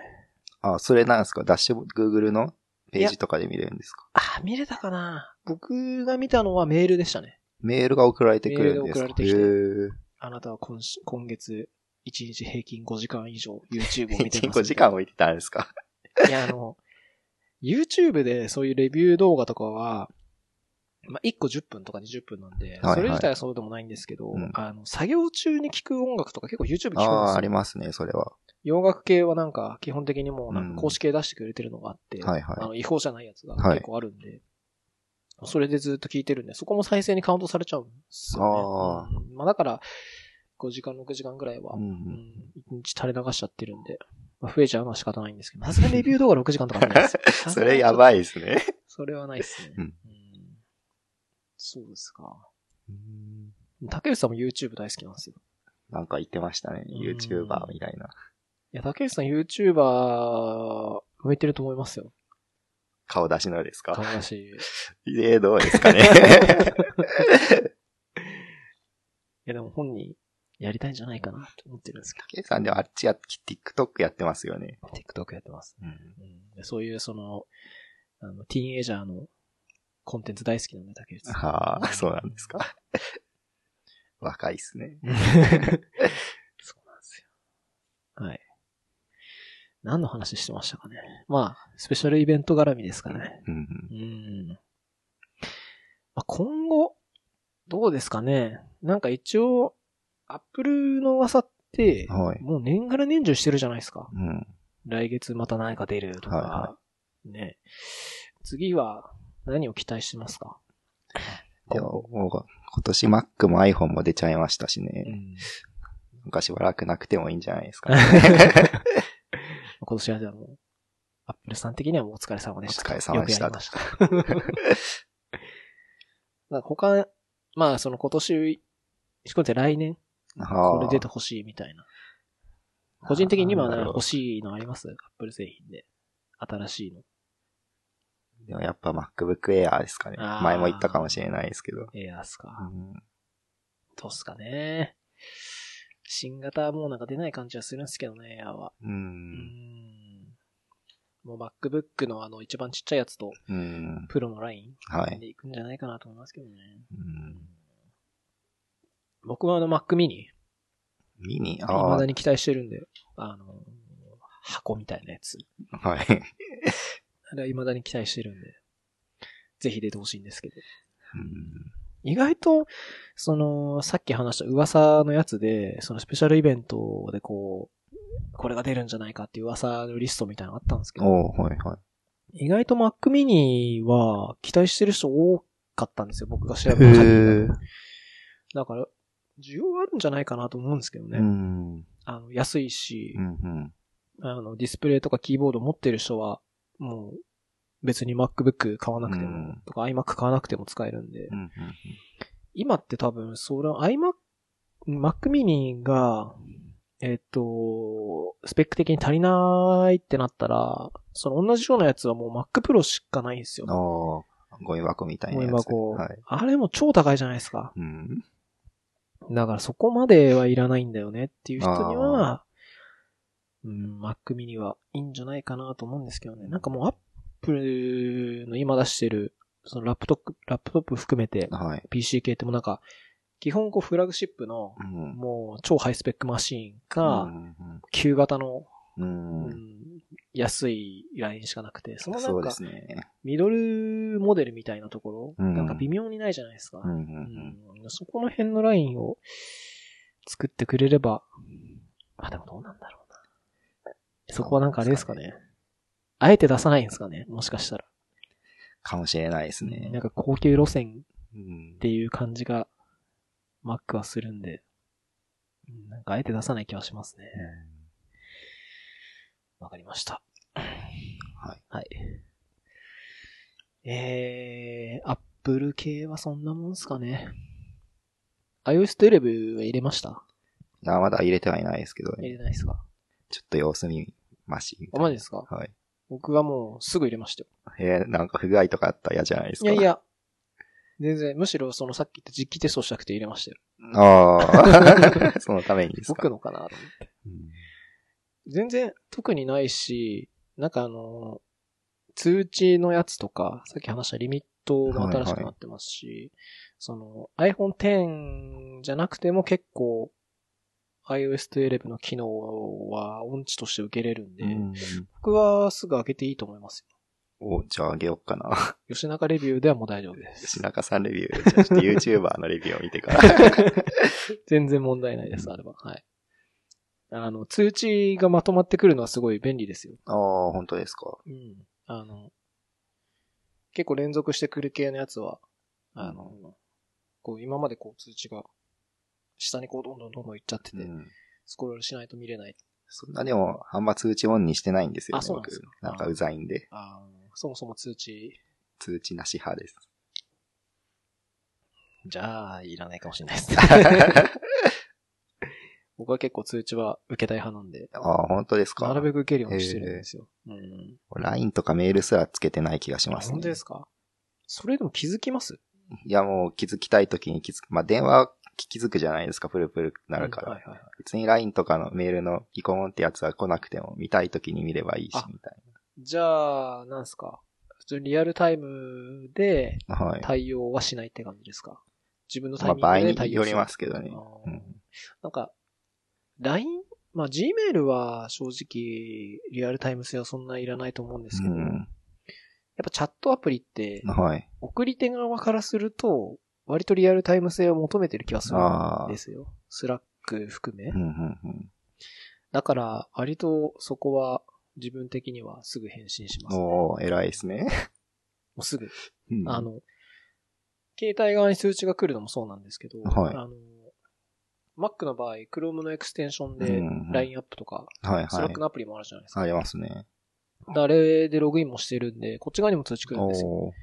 あ、それなんですかダッシュボ、Google のページとかで見れるんですか
あ、見れたかな僕が見たのはメールでしたね。
メールが送られてくるんですか
メールが送られてき
へ
てあなたは今し今月、1日平均5時間以上 YouTube を
え。
見てます。
1 5時間置いてたんです か
いや、あの、YouTube でそういうレビュー動画とかは、まあ、1個10分とか20分なんで、
いはい
それ自体はそうでもないんですけど、
うん
あの、作業中に聞く音楽とか結構 YouTube 聞くんです
ああー、あり
よ。
ますね、それは。
洋楽系はなんか、基本的にもうなん
うん
か公式で出してくれてるのがあって、
はいはい
あの違法じゃないやつが
はい
結構あるんで、それでずっと聞いてるんで、そこも再生にカウントされちゃうんですよ、ね。
あ
うんまあだから、5時間、6時間ぐらいは、
う
うんん
うん
1日垂れ流しちゃってるんで、まあ、増えちゃうのは仕方ないんですけど、さすが にレビュー動画6時間とかないです。
それやばいですね。
それはないですね。
うん
そうですか。竹内さんも YouTube 大好きなんですよ。
なんか言ってましたね。
うん
YouTuber みたいな。
いや、竹内さん YouTuber 向いてると思いますよ。
顔出しのですか
顔だ し。い
えー、どうですか ね。
や、でも本人やりたいんじゃないかなって思ってるんですけ
K さんでもあっちや、TikTok やってますよね。
ど。TikTok やってます。うんでそういうその、あの、ティーンエイジャーのコンテンツ大好きなんで、竹内さん。
はあ、そうなんですか。 若いっすね。
そうなんですよ。はい。何の話してましたかね。まあ、スペシャルイベント絡みですかね。
うん
うん。まあ、今後、どうですかね。なんか一応、アップルの噂って、
はい
もう年がら年中してるじゃないですか。
うん。
来月また何か出るとか。
はいは
ね。次は何を期待してますか
でも、もう今年 Mac も iPhone も出ちゃいましたしね。 なんかしばらくなくてもいいんじゃないですかね。
今年はじゃあもう、アップルさん的にはもうお疲れ様
お
でした。
疲れ様でした。
よくやりました。なんか他、まあその今年、仕込んで来年、
あ
こ
あ
れ出てほしいみたいな。個人的に今、ね、
なるほど
欲しいのありますアップル製品で。新しいの。
でもやっぱ MacBook Air ですかね。
あー
前も言ったかもしれないですけど。
エアースか。
うん
どうっすかね。新型はもうなんか出ない感じはするんですけどね、エアは。
う。
うんん。もう MacBook のあの一番ちっちゃいやつと、
うん。
プロのライン
はい。
でいくんじゃないかなと思いますけどね。
うん
僕はあの Mac mini、
ミニああ
未だに期待してるんで、あの、箱みたいなやつ。
はい。
あれは未だに期待してるんで、ぜひ出てほしいんですけど。
うん
意外と、その、さっき話した噂のやつで、そのスペシャルイベントでこう、これが出るんじゃないかっていう噂のリストみたいなのあったんですけど、
おうはいはい。
意外と Mac mini は期待してる人多かったんですよ、僕が調べた限り
へえ
だと。だから、需要あるんじゃないかなと思うんですけどね。
うん。うん
あの、安いし、
うん。
あの、ディスプレイとかキーボード持ってる人は、もう、別に MacBook 買わなくても、
うん
とか iMac 買わなくても使えるんで、
うんうん
今って多分、それ iMac、Mac mini が、えっ、と、スペック的に足りないってなったら、その同じようなやつはもう Mac Pro しかないんですよ。
うん。おーゴミ箱みたいな
も
や
う
つ。
今こう、
はい。
あれも超高いじゃないですか。
うん。
だからそこまではいらないんだよねっていう人には、うん、Mac mini はいいんじゃないかなと思うんですけどね。なんかもう Apple の今出してる、そのラップトップ、ラップトップ含めて
はい。
PC 系ってもうなんか、基本こうフラグシップの、
うん。
もう超ハイスペックマシン
う
か、
ん
旧型の、
うん。
う
うん。
ん、安いラインしかなくて、そのな
そ
ん
うで
か
すね。
ミドルモデルみたいなとこ
う
ろ、
ん
なんか微妙にないじゃないですか。
うんうん
うんそこの辺のラインを作ってくれれば、あ、でもどうなんだろうな。そこはなんかあれですかね。あえて出さないんですかねもしかしたら。
かもしれないですね。
なんか高級路線
うん
っていう感じが、マックはするんで、うんなんかあえて出さない気はしますね。わかりました。
はい。
はい。えー、アップル系はそんなもんすかね。iOS12 は入れました
あまだ入れてはいないですけど
入
ね。
れてないですか
ちょっと様子見まし。
あ、マジですか
はい。
僕はもうすぐ入れましたよ。
えーなんか不具合とかあったら嫌じゃないです
い
か。
やい。や、全然、むしろそのさっき言った実機テストしたくて入れましたよ。
ああ、そのためにです
僕
か。
のかなと思って。
うん
全然特にないし、なんかあの、通知のやつとか、さっき話したリミットも新しくなってますし、その iPhone X じゃなくても結構 iOS12 の機能は音痴として受けれるんで、
うん
僕はすぐ開けていいと思いますよ。
お、じゃああげようかな。
吉中レビューではもう大丈夫です。
吉中さんレビュー。 じゃあちょっと YouTuber のレビューを見て から。
全然問題ないです、あれは。はい。あの、通知がまとまってくるのはすごい便利ですよ。
ああ、本当ですか。
うん。あの、結構連続してくる系のやつは、あの、こう今までこう通知が、下にこうどんどんどんどん行っちゃってて、
うん
スクロールしないと見れない。
そんなでも、あんま通知オンにしてないんですよね、
あそうなんです
僕
よ。
なんかうざいんで、
あーそもそも通知、
通知なし派 です。
じゃあ、いらないかもしれないです。 僕は結構通知は受けたい派なんで、
ああ、本当ですか。
なるべく受けるようにしてるんですよ。うん。
LINE とかメールすらつけてない気がしますね。
本当ですかそれでも気づきます
いや、もう気づきたい時に気づく。まあ、電話は気づくじゃないですか、プルプルなるから。
うんはいはいはい
別に LINE とかのメールのイコモンってやつは来なくても、見たい時に見ればいいし
あ、
みたい
じゃあ、なんすか普通にリアルタイムで
な。はい。
対応はしないって感じですか自分のタイ
まあ、
ミン
場合
グで対応する。
によりますけどね。
あ
う
ー
ん
なんか、LINE? まあ、Gmail は正直、リアルタイム性はそんないらないと思うんですけど、
う
やっ
ん。
ぱチャットアプリって、
はい。
送り手側からすると、割とリアルタイム性を求めてる気がする
あ
ん
ー
ですよ。スラック含め。
うん、うん、うん。
だから、割とそこは自分的にはすぐ返信します。も
おー、偉いですね。
うすぐ。
うん
あ、の、携帯側に通知が来るのもそうなんですけど、
はい
あの、Mac の場合、Chrome のエクステンション
う
で
んうん
LINE アップとか、
はい、は
Slack
い。
のアプリもあるじゃないですか。
ありますね。
あれでログインもしてるんで、こっち側にも通知来るんですよ。
お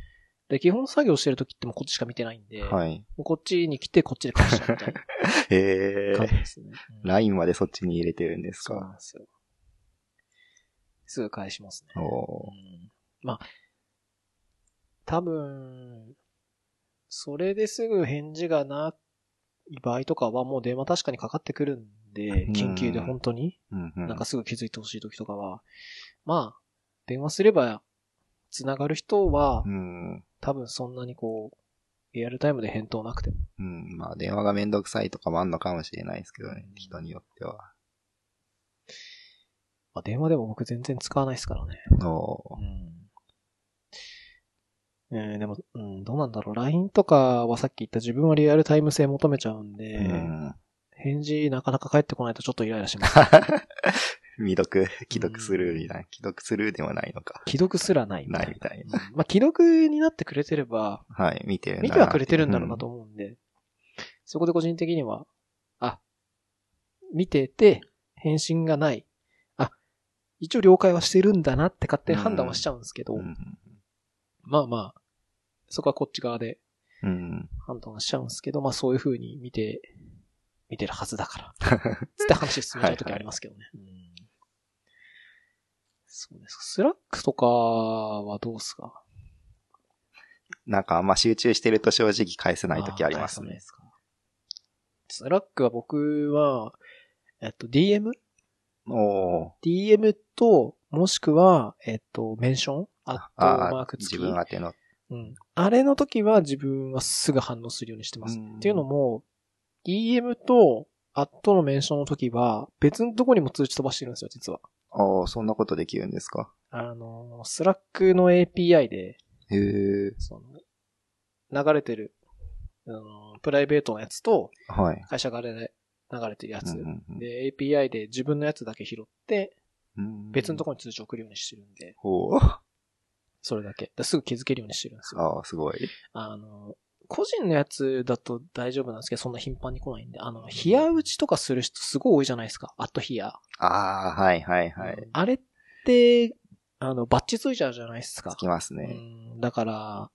で、基本作業してる時ってもうこっちしか見てないんで、
ーはい。
もうこっちに来てこっちで返しちゃうみたいな
え
感じ
ー。
ですね。うん
ラインまでそっちに入れてるんです
そうなん
か。
ですよ。すぐ返しますね。
おー
うんまあ、多分、それですぐ返事がない場合とかはもう電話確かにかかってくるんで、
うん
緊急で本当に、
うんうん。
なんかすぐ気づいてほしい時とかは、まあ、電話すれば、繋がる人は
う、ん。
多分そんなにこう、リアルタイムで返答なくても。
うん。まあ、電話がめんどくさいとかもあんのかもしれないですけどね。人によっては。
まあ電話でも僕全然使わないですからね。
お
うん。えーでも、うん、どうなんだろう。LINE とかはさっき言った自分はリアルタイム性求めちゃうんで、
ーうん。
返事なかなか返ってこないとちょっとイライラします。
未読、 既読スルーみたいな。既読スルーではないのか。
既読すらないみたいな。
ないみたい
うんまあ、既読になってくれてれば、
はい、見てるんだ
見
な
てはくれてるんだろうなと思うんで、そこで個人的には、あ、見てて、返信がない。あ、一応了解はしてるんだなって勝手に判断はしちゃうんですけど、
うん。
まあまあ、そこはこっち側で
うんうん。
判断はしちゃうんですけど、まあそういう風に見て、見てるはずだ から。つって話進めちゃうときありますけどね。うんそうです。スラックとかはどうすか
なんかあんま集中してると正直返せない時あります
ー
ね。
返さないですかスラックは僕は、えっと、DM?DM
おー
DM と、もしくは、えっと、メンションあと、
あ
マー
あ、
ク
自
付き。
分宛ての。
うん。あれの時は自分はすぐ反応するようにしてます。
うん
っていうのも、DM と、アットのメンションの時は、別のとこにも通知飛ばしてるんですよ、実は。
ああ、そんなことできるんですか
あの、スラックの API で、
へえ。
その、流れてる、あの、プライベートのやつと、
はい。
会社側で流れてるやつ。
うんうん
で、API で自分のやつだけ拾って、
うん
別のとこに通知送るようにしてるんで、
ほう。あ
それだけ。だからすぐ気づけるようにしてるんですよ。
あ、すごい。
あの、個人のやつだと大丈夫なんですけど、そんな頻繁に来ないんで、あの、冷や打ちとかする人すごい多いじゃないですか。アット冷や。
ああ、はいはいはい。
あれって、あの、バッチついちゃうじゃないですか
つ。きます
う
ね。
ん、だから、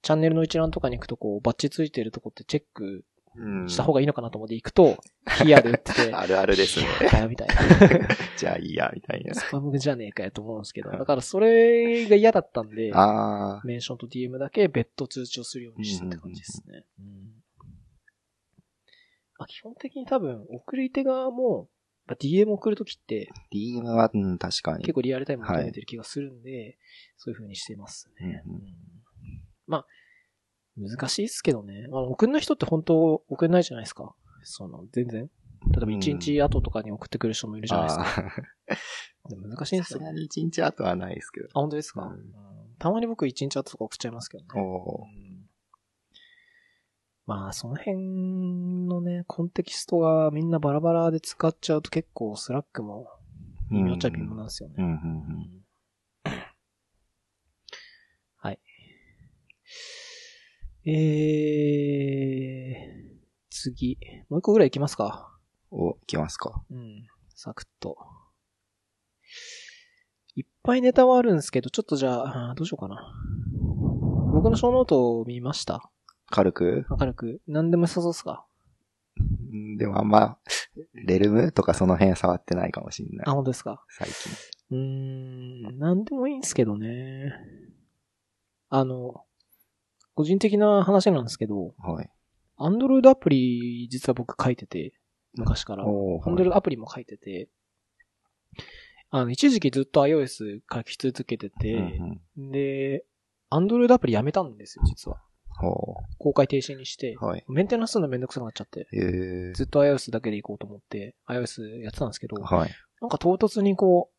チャンネルの一覧とかに行くと、こう、バッチついてるとこってチェック
うん
した方がいいのかなと思って行くと、冷やで 打ってて、
あるあるですね。
冷やかよみたいな。
じゃあいいや、みたいな。
スパムじゃねえかよと思うんですけど、
うん
だからそれが嫌だったんで、
ああ、
メンションと DM だけ別途通知をするようにしてって感じですね。うんまあ基本的に多分、送り手側も、まあ DM 送るときって
DM は、うん、確かに。
結構リアルタイム求めてる気がするんで、そういう風にしてますね。
うんうん
まあ、難しいですけどね。まあ、送んない人って本当送んないじゃないですか。その、全然。例えば1日後とかに送ってくる人もいるじゃないですか。
あ
でも難しいん
あ、
で
さす
すよね。
がに一日後はないですけど。
あ、本当ですか、
うん
うんたまに僕一日後とか送っちゃいますけどね。
おー
うんまあ、その辺のね、コンテキストがみんなバラバラで使っちゃうと結構スラックも微妙っちゃ微妙なんですよ
うん
ね。
うんうん。
はい。えー、次。もう一個ぐらいいきますか。
お、来ますか。
うん。サクッと。いっぱいネタはあるんですけど、ちょっとじゃあ、あーどうしようかな。僕の小ノートを見ました
軽く
明るく。何でも良さそうっすか
うんでもあんま、レルムとかその辺触ってないかもしんな
あ、
い。
本当ですか
最近。
うーん、何でもいいんですけどね。あの、個人的な話なんですけど、
はい。
アンドロイドアプリ、実は僕書いてて、昔から。
おー
ハンドルアプリも書いてて、あの、一時期ずっと iOS 書き続けて
う
て、
んうん
で、Android アプリやめたんですよ、実は。
ほ
公開停止にして、
う。はい。
メンテナンスするのめんどくさくなっちゃって、
えー。
ずっと iOS だけで行こうと思って、iOS やってたんですけど、
はい。
なんか唐突にこ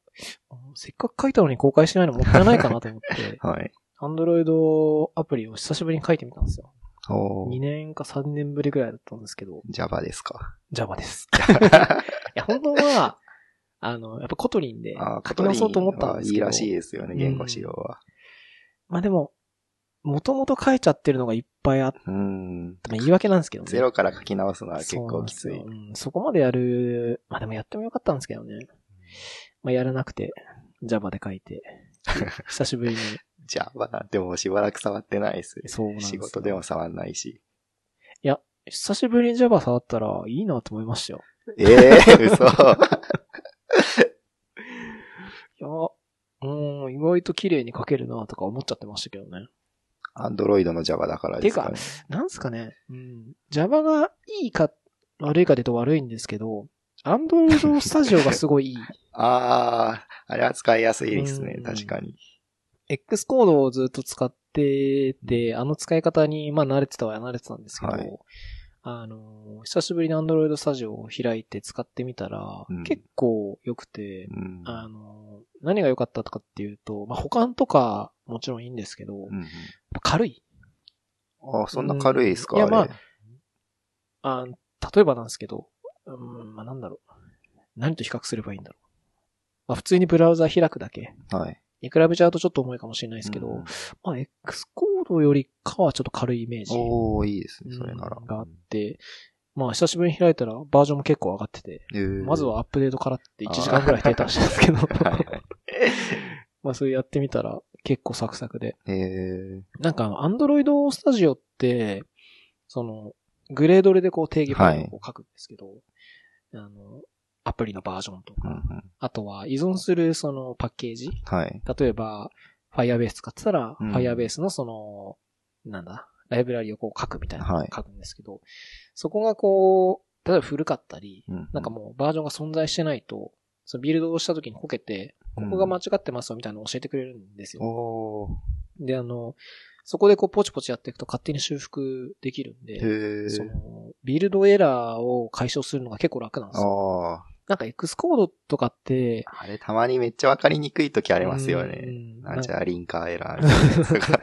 う、せっかく書いたのに公開しないのもったいないかなと 思って、
はい。
Android アプリを久しぶりに書いてみたんですよ。
お
2
ー
年か3年ぶりぐらいだったんですけど、
Java ですか。
Java です。いや、本当は、あの、やっぱコトリンで
あー
書き直そうと思ったんですけど。
コトリンはいいらしいですよね、言語仕様は。
まあでも、もともと書いちゃってるのがいっぱいあって、
うん。
まあ言い訳なんですけどね。
ゼロから書き直すのは結構きつ
そう
い
なん。ですようんそこまでやる、まあでもやってもよかったんですけどね。まあやらなくて。 Java で書いて、久しぶりに。
じゃあ、まだ、でもしばらく触ってないです。
そうなんですよ
仕事でも触んないし。
いや、久しぶりに Java 触ったらいいなと思いましたよ。
ええ 嘘。
いや、うん、意外と綺麗に書けるなとか思っちゃってましたけどね。
アンドロイドの Java だからですかね。
なんすかね、うん、Java がいいか、悪いかで言うと悪いんですけど、Android Studio がすごい いい。
ああ、あれは使いやすいですね
う。ん
確かに。
X コードをずっと使ってて、あの使い方に、まあ慣れてたは慣れてたんですけど、
はい
あの、久しぶりに Android Studio を開いて使ってみたら、
うん
結構良くて、
うん。
あの、何が良かったとかっていうと、まあ保管とかもちろんいいんですけど、やっ
うん
ぱ軽い。
あ、そんな軽いですか、
うんいやまあ
あれ
あ例えばなんですけど、うん、まあなんだろう。何と比較すればいいんだろう。まあ普通にブラウザ開くだけ。
はい。
に比べちゃうとちょっと重いかもしれないですけど、
うん
まあ X コードよりかはちょっと軽いイメージ。
おー、いいですね、それなら
うん。があって、まあ久しぶりに開いたらバージョンも結構上がってて、
えー
まずはアップデートからって1時間ぐらい経たしたんですけど、
はいは
まあそれやってみたら結構サクサクで。
えー
なんかあの、アンドロイドスタジオって、その、グレードレでこう定義ファイルをこう書くんですけど、あの、アプリのバージョンと
う
か、
んうん
あとは依存するそのパッケージ、
はい。
例えば、Firebase 使ってたら、
うん
Firebase のその、なんだ、ライブラリをこう書くみたいなのを
はい
書くんですけど、そこがこう、例えば古かったり、
うん
なんかもうバージョンが存在してないと、そのビルドをした時にこけて、ここが間違ってますよみたいなのを教えてくれるんですよ。
お
で、あの、そこでこうポチポチやっていくと勝手に修復できるん
ー。
で、
へ
そ
ー。
の、ビルドエラーを解消するのが結構楽なんですよ。
ああ。
なんか X コードとかって、
あれ、たまにめっちゃわかりにくい時あ
あ
りますよね。なんち
ゃ
ゃらリンカーエラーみたいなやつが。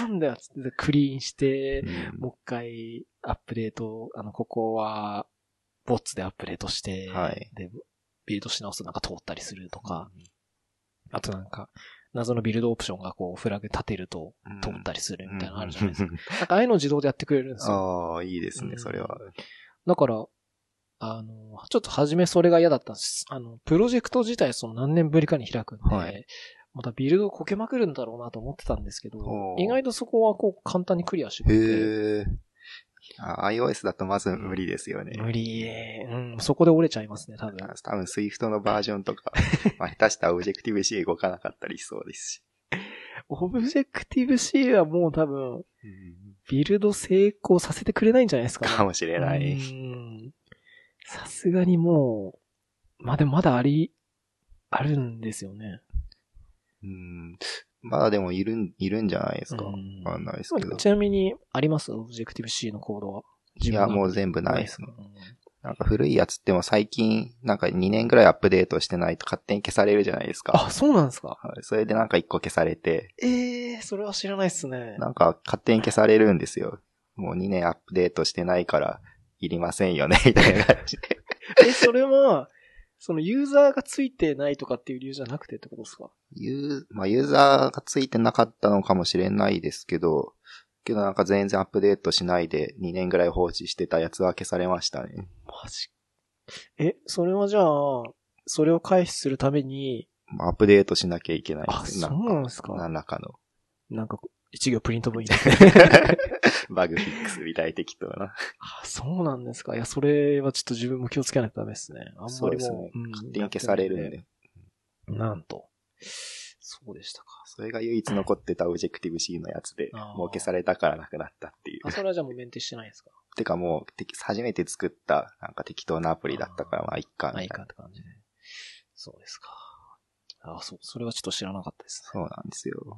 なんだよ、つってクリーンして、
うん
もう一回アップデート、あの、ここは、ボッツでアップデートして、
はい
で、ビルドし直すとなんか通ったりするとか、あとなんか、謎のビルドオプションがこう、フラグ立てると通ったりするみたいなのあるじゃないですか。
うん
なんかああいうの自動でやってくれるんですよ。
ああ、いいですね、それは。
だから、あの、ちょっと初めそれが嫌だったんです。あの、プロジェクト自体その何年ぶりかに開くんで、
はい
またビルドこけまくるんだろうなと思ってたんですけど
お、ー
意外とそこはこう簡単にクリアしてくれて、
へえ。あ iOS だとまず無理ですよね。
無理。うん、そこで折れちゃいますね、多分。
あ多分 Swift のバージョンとか、まあ下手したら Objective C 動かなかったりしそうですし。
オブジェクティブ C はもう多分、ビルド成功させてくれないんじゃないですか、ね。
かもしれない。
うんさすがにもう、まあ、でもまだあり、あるんですよね。
うんまだでもいるん、いるんじゃないですか。
う
わ
ん
かんないですけど。
ちなみに、ありますオブジェクティブ C のコードは。
いや、もう全部ない
で
ですす
か
ね。なんか古いやつっても最近、なんか2年ぐらいアップデートしてないと勝手に消されるじゃないですか。
あ、そうなんですか
はいそれでなんか1個消されて、
ええそれは知らないっすね。
なんか勝手に消されるんですよ。もう2年アップデートしてないから、いりませんよね、みたいな感じで。
え、それは、そのユーザーがついてないとかっていう理由じゃなくてってことですか
ユー、まあ、ユーザーがついてなかったのかもしれないですけど、けどなんか全然アップデートしないで2年ぐらい放置してたやつは消されましたね。
マジ。え、それはじゃあ、それを回避するために、
まあアップデートしなきゃいけないです
あそうなんですか
何らかの。
なんか、一行プリントもいいですね
バグフィックスみたい適当な。
あ、そうなんですか。いや、それはちょっと自分も気をつけないとダメですね。あんまりもう。
そうですね。
うん
勝手に消されるん。
やっ
で。
てないなんと。そうでしたか。
それが唯一残ってたオブジェクティブ C のやつで、
あー
もう消されたからなくなったっていう
あ、。それはじゃあもうメンテしてないですか。
てかもう、てき初めて作った、なんか適当なアプリだったから、まあ、いっか、み
あ、
た
い
い
いか
な
っ。て感じで。そうですか。あ、そう、それはちょっと知らなかったです
そ
ね。
うなんですよ。
うん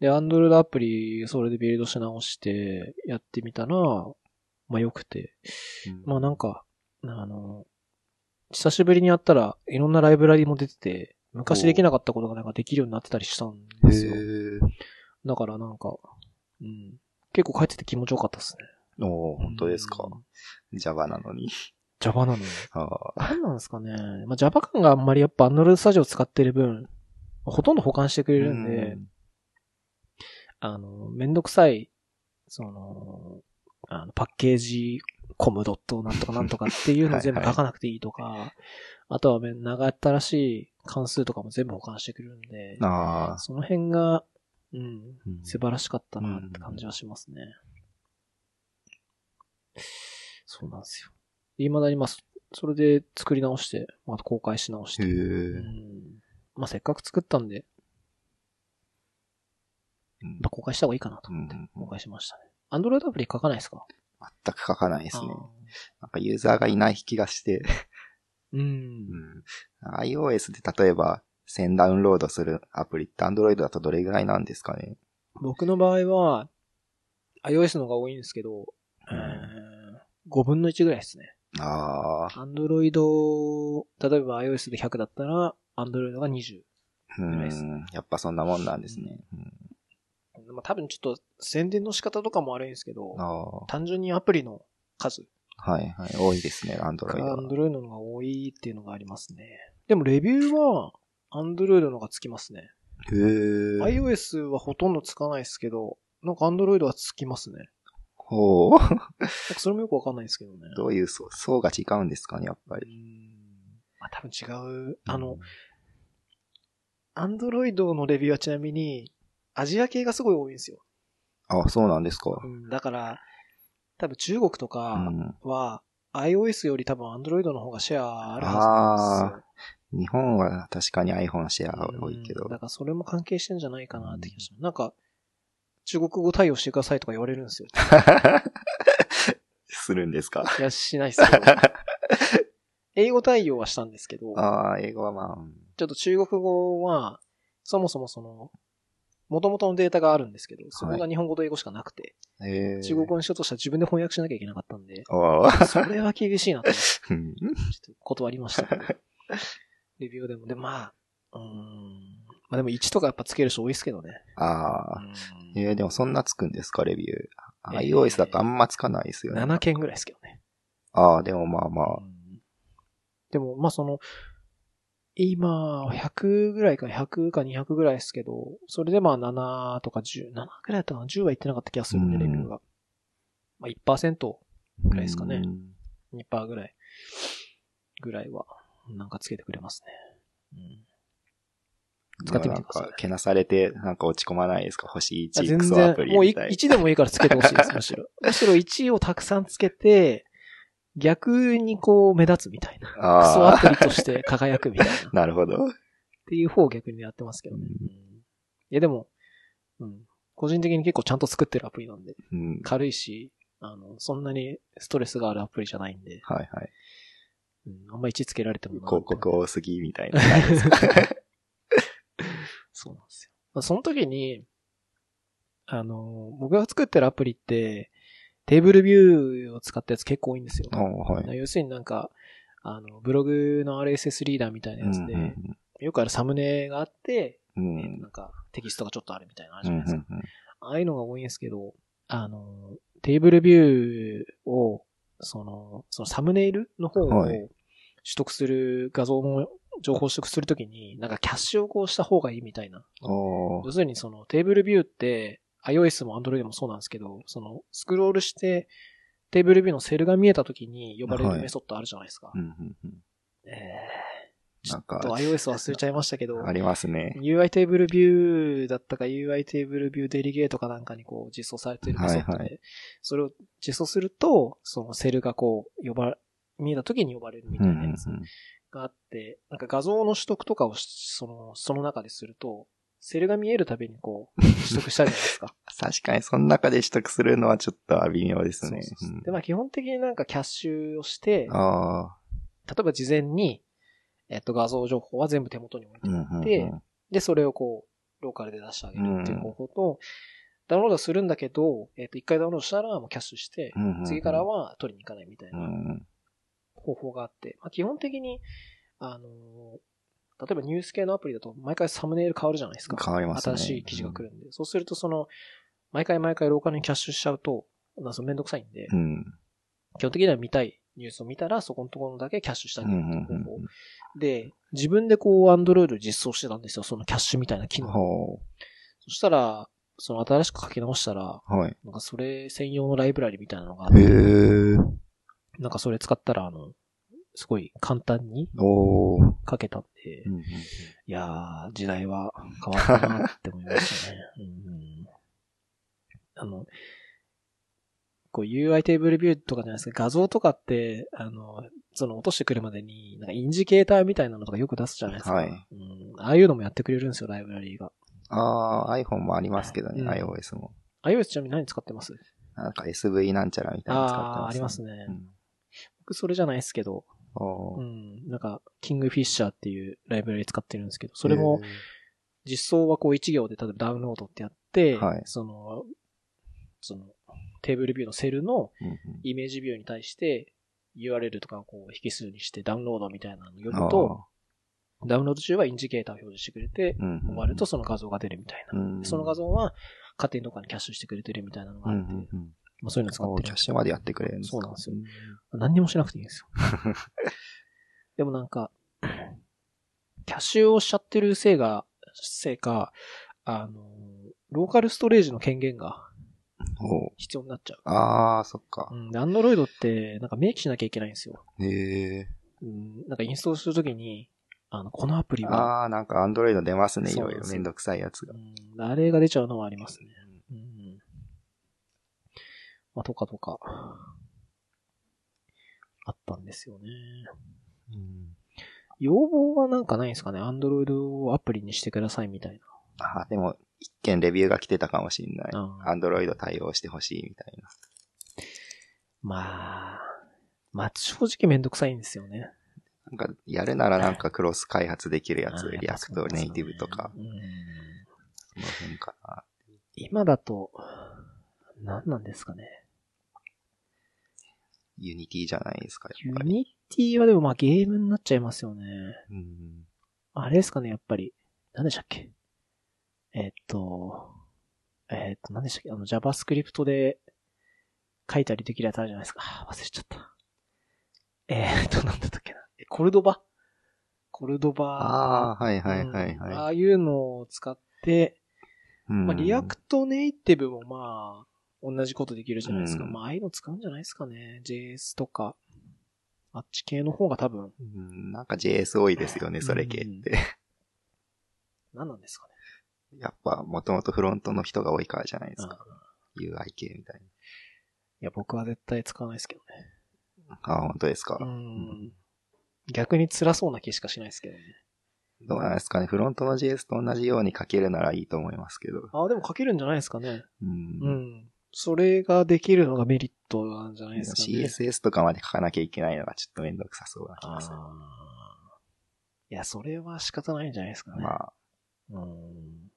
で、アンドロイドアプリ、それでビルドし直して、やってみたら、まあ良くて。
うん
まあなんか、あの、久しぶりにやったらいろんなライブラリも出てて、昔できなかったことがなんかできるようになってたりしたんですよ。
へ
だからなんか、うん。結構帰ってて気持ちよかったです
ー。
ね。
おー本当ですか
う。ん
Java なのに。
Java なのに。
あー
何なんですかね。まあ、Java 感があんまりやっぱ Android Studio を使ってる分、ほとんど保管してくれるんで、
うん
あの、めんどくさい、その、あのパッケージ、コムドットなんとかなんとかっていうのを全部書かなくていいとか、あとはめん長ったらしい、関数とかも全部保管してくれるんで、
ああ、
その辺が、う
う
ん、
ん
素晴らしかったなって感じはしますね。そうなんですよ。未だにまあ、そそれで作り直して、また公開し直して
へ。
う
え。
んまあ、せっかく作ったんで、まあ、公開した方がいいかなと思って
うんうん、うん
公開しましたね。アンドロイドアプリ書かないですか
全く書かないですね。
あ
なんかユーザーがいない気がして、
ーうん
う。ん iOS で例えば1000ダウンロードするアプリって Android だとどれぐらいなんですかね。
僕の場合は、iOS の方が多いんですけど、
うん
えー5分の1ぐらいですね。
ああ、
Android、例えば iOS で100だったら、Android が20。
う
ぐらいです
ん。やっぱそんなもんなんですね。うん
まあ、多分ちょっと宣伝の仕方とかも悪いんですけど、
あ
単純にアプリの数
あ、はいはい。多いですね、
が
Android は。
Android の方が多いっていうのがありますね。でもレビューは Android の方がつきますね。
へー
iOS はほとんどつかないですけど、なんか Android はつきますね。なん
ほう。
かそれもよくわかんないんですけどね。
どういう層、層が違うんですかね、やっぱ
う
り。
んまあ、多分違う。あの、アンドロイドのレビューはちなみに、アジア系がすごい多いんですよ。
あ、そうなんですか。
うん、だから、多分中国と
う
か
ん、
は、iOS より多分アンドロイドの方がシェアあるはずなんですよ。
日本は確かに iPhone シェア多いけ
う
ど
ん。だからそれも関係してんじゃないかなって気がします。なんか、中国語対応してくださいとか言われるんですよ。
するんですか。
いや、しないですけど。英語対応はしたんですけど、
ああ、英語はまあ、うん
ちょっと中国語は、そもそもその、元々のデータがあるんですけど、そこが日本語と英語しかなくて、
えー
中国語にしようとしたら自分で翻訳しなきゃいけなかった んで、
ああ、
それは厳しいなと思って、
うん
ちょっと断り ましたけど。レビューでも。で、まあ、うーん。まあでも1とかやっぱつける人多いですけどね。
ああ。
うん
えーでもそんなつくんですか、レビュー。
えー
iOS だとあんまつかないですよね。
7件ぐらいですけどね。
ああ、でもまあまあ。
うんでも、まあその、今、100ぐらいか、100か200ぐらいですけど、それでまあ7とか10、7ぐらいだったかな ?10 は言ってなかった気がするんで、
うん
レビューが。まあ1%、ぐらいですかね
うん
2%ぐらい、ぐらいは、なんかつけてくれますね。うん使ってみてください
なんか、けなされて、なんか落ち込まないですか星
あ
1
全
クソ
然
アプ、リ
もう
みたいな。
1でもいいからつけてほし いです、むしろ。むしろ1をたくさんつけて、逆にこう目立つみたいな。クソ
あ
ア
あ、
プリとして輝くみたいな。っ
なるほど。
ていう方を逆にやってますけどね。
う
うんいやでも、うん。個人的に結構ちゃんと作ってるアプリなんで、
うん。
軽いし、あの、そんなにストレスがあるアプリじゃないんで、
はいはい。
うん、あんま1つけられてもな
広告多すぎみたい な。
そうなんですよ。まあその時に、あの、僕が作ってるアプリって、テーブルビューを使ったやつ結構多いんですよ。
ああ、はい。
要するになんか、あの、ブログの RSS リーダーみたいなやつで、
うん
よくあるサムネがあって、
うんうん。う
えっと
ん
なんかテキストがちょっとあるみたいなのある
う
じゃ
ん
ないですか。
うんうん
ああいうのが多いんですけど、あの、テーブルビューを、その、そのサムネイルの方を
はい
取得する、画像の情報を取得するときに、なんかキャッシュをこうした方がいいみたいな。
おー
要するにそのテーブルビューって、iOS も Android もそうなんですけど、そのスクロールして、テーブルビューのセルが見えたときに呼ばれ
は
る
い
メソッドあるじゃないですか
う。んうんうん
えーち
な
ょ
ん
っと
か
iOS 忘れちゃいましたけど、
ありますね。
UI テーブルビューだったか UI テーブルビューデリゲートかなんかにこう実装されてるメソッドで、
はいは
それを実装すると、そのセルがこう呼ば、見えた時に呼ばれるみ
うん
たい
うん
なやつ
うん
があって、なんか画像の取得とかをしその、その中ですると、セルが見えるたびにこ う、取得したじゃないですか。
確かに、その中で取得するのはちょっと微妙ですね
そう。そうそうで、まあ基本的になんかキャッシュをして、
うん
例
ああ、
えば事前に、えっと画像情報は全部手元に置いて
うんうんうん
でで、それをこう、ローカルで出してあげるっていう方法と、ダウンロードはするんだけど、えっ、と、一回ダウンロードしたらもうキャッシュして、
うんうんうん
次からは取りに行かないみたい
うんう
なん方法があって、まあ、基本的に、あのー、例えばニュース系のアプリだと毎回サムネイル変わるじゃないですか。
変わりますね。
新しい記事が来るんで。そうすると、その、毎回毎回ローカルにキャッシュしちゃうと、まあ、そのめんどくさいんで、
うん。
基本的には見たいニュースを見たら、そこのところだけキャッシュしてあ
うん
げ
う
るってい
ん
う
う
方
ん
法。で、自分でこう、Android 実装してたんですよ。そのキャッシュみたいな機
うん。
能を。
ほ
そしたら、その新しく書き直したら、
う。はい。
なんかそれ専用のライブラリみたいなのがあっ
へ
て、
え。
なんかそれ使ったら、あの、すごい簡単に
おー。
書けたんで、
うんうん
いやー、時代は変わったなって思いま したね。うん、あの、こう UI テーブルビューとかじゃないですか、画像とかって、あの、その落としてくるまでに、なんかインジケーターみたいなのとかよく出すじゃないですか。
はい
うん、ああいうのもやってくれるんですよ、ライブラリーが。
あー、iPhone もありますけどね、
うん
iOS も。
iOS ちなみに何使ってます
なんか SV なんちゃらみたいなの使ってます、
ああー、ありますね。
うん。
僕それじゃないですけど、
お
う
ー
ん、なんか、キングフィッシャーっていうライブラリー使ってるんですけど、それも、
へー
実装はこう一行で例えばダウンロードってやって、
はい
その、そのテーブルビューのセルの
うんうん
イメージビューに対して URL とかをこう引数にしてダウンロードみたいなのを読
あー
むと、ダウンロード中はインジケーターを表示してくれて、
うんうん
終わるとその画像が出るみたいな。
うん
その画像は家庭とかにキャッシュしてくれてるみたいなのが
う
あ
んう
って、
んうん。
まあ、そういうの使
そう
って
キ
る
ャッ。シュまでやってくれるんですか
そうなんですよ
ん
何にもしなくていいんですよ。でもなんか、キャッシュをしちゃってるせいが、せいか、あの、ローカルストレージの権限が
おー
必要になっちゃう。
あー、そっか
う。ん、で、アンドロイドって、なんか明記しなきゃいけないんですよ。
へえ。
うん、なんかインストールするときに、あの、このアプリは、
あー、なんか Android 出ますね、い
そ
ろ
うないんで
ろ。
すよ
めんどくさいやつが
う。ん、あれが出ちゃうのはありますね。うん。まあ、とかとか、あったんですよね。
うん
要望はなんかないんですかねアンドロイドをアプリにしてくださいみたい
あー、でも、一件レビューが来てたかもしんない。
な。うん
Android 対応してほしいみたいな。
まあ、まあ正直めんどくさいんですよね。
なんか、やるならなんかクロス開発できるやつ、
うん
リアクトネイティブとか、
うん
その辺かな。
今だと、何なんですかね。
ユニティじゃないですか、や
ユ
っぱり。
ニティはでもまあゲームになっちゃいますよね。
うん。
あれですかね、やっぱり。何でしたっけえっと、えっと、何でしたっけあの JavaScript で書いたりできるやつあるじゃないですか。あー忘れちゃった。えっと、なんだったっけな。えコルドバコルドバ
ああ、はいはいはい
うんあ
は
あいうのを使って、
い。うん
まあ、リアクトネイティブもまあ、同じことできるじゃないですか。
うん
まあ、ああいうの使うんじゃないですかね。JS とか、あっち系の方が多分、
うんなんか JS 多いですよね、それ系って。
何なんですかね。
やっぱ、もともとフロントの人が多いからじゃないですか。
うん
UI 系みたい
いや、僕は絶対使わないですけどね。
な。ああ、本当ですか。
うん。逆に辛そうな気しかしないですけどね。
どうなんですかね。フロントの JS と同じように書けるならいいと思いますけど。
ああ、でも書けるんじゃないですかね。
う。
うんん。それができるのがメリットなんじゃないですかね。
CSS とかまで書かなきゃいけないのがちょっとめんどくさそうな気
あ
が
あ
する。
いや、それは仕方ないんじゃないですかね。
まあ、
うん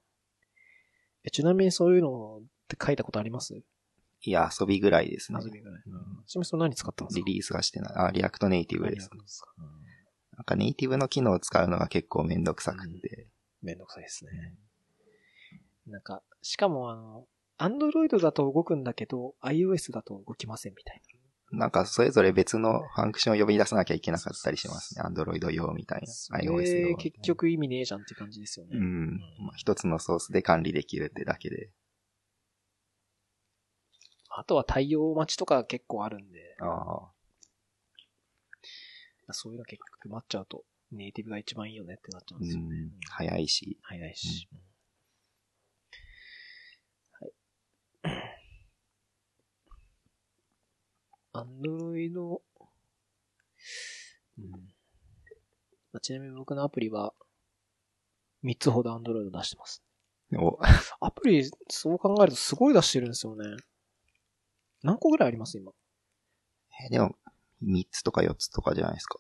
えちなみにそういうのって書いたことあります
いや、遊びぐらいですね
な。ずみぐらい。ちなみにそれ何使ったんです
リ
か
リースはしてない。あ、リアクトネイティブ
何
で
や
す
った。んですか
なんかネイティブの機能を使うのが結構めんどくさくて。
めんどくさいですね。なんか、しかもあの、アンドロイドだと動くんだけど、iOS だと動きませんみたい
なんかそれぞれ別のファンクションを呼び出さなきゃいけなかったりしますね。Android 用みたいな。
な。そ
iOS 用
れ
みたい
結
な。
局意味ねえじゃんって感じですよね。
うん。まあ、一つのソースで管理できるってだけで。
あとは対応待ちとか結構あるんで、
ああ。
そういうの結局待っちゃうと、ネイティブが一番いいよねってなっちゃうん
う
ですよね。
ん。早いし。
早いし。はい。アンドロイド、うんまあちなみに僕のアプリは、3つほどアンドロイド出してます。
お、
アプリ、そう考えるとすごい出してるんですよね。何個ぐらいあります今。
えでも、3つとか4つとかじゃないですか。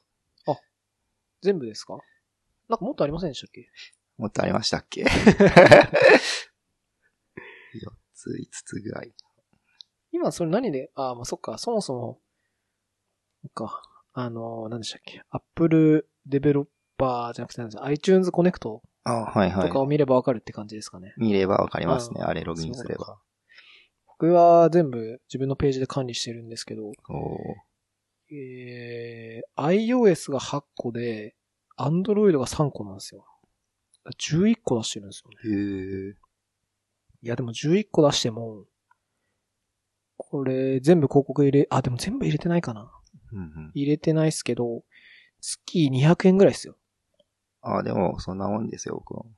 全部ですかなんかもっとありませんでしたっけ
もっとありましたっ け ?4 つ、5つぐらい。
今それ何で、ああ、まあそっか、そもそも、そっか、あのー、何でしたっけ、Apple Developer じゃなくて何ですか、iTunes Connect と
あはいはい
か。を見ればわかるって感じですかね。
見ればわかりますね。
あー
あれログインすれ
そ
ば。
僕は全部自分のページで管理してるんですけど、
おお。
えー、iOS が8個で、Android が3個なんですよ。11個出してるんですよね。
へえ。
いや、でも11個出しても、これ全部広告入れ、あ、でも全部入れてないかな。
うんうん。
入れてないっすけど、月200円ぐらいですよ。
ああ、でも、そんなもんですよ、僕 も。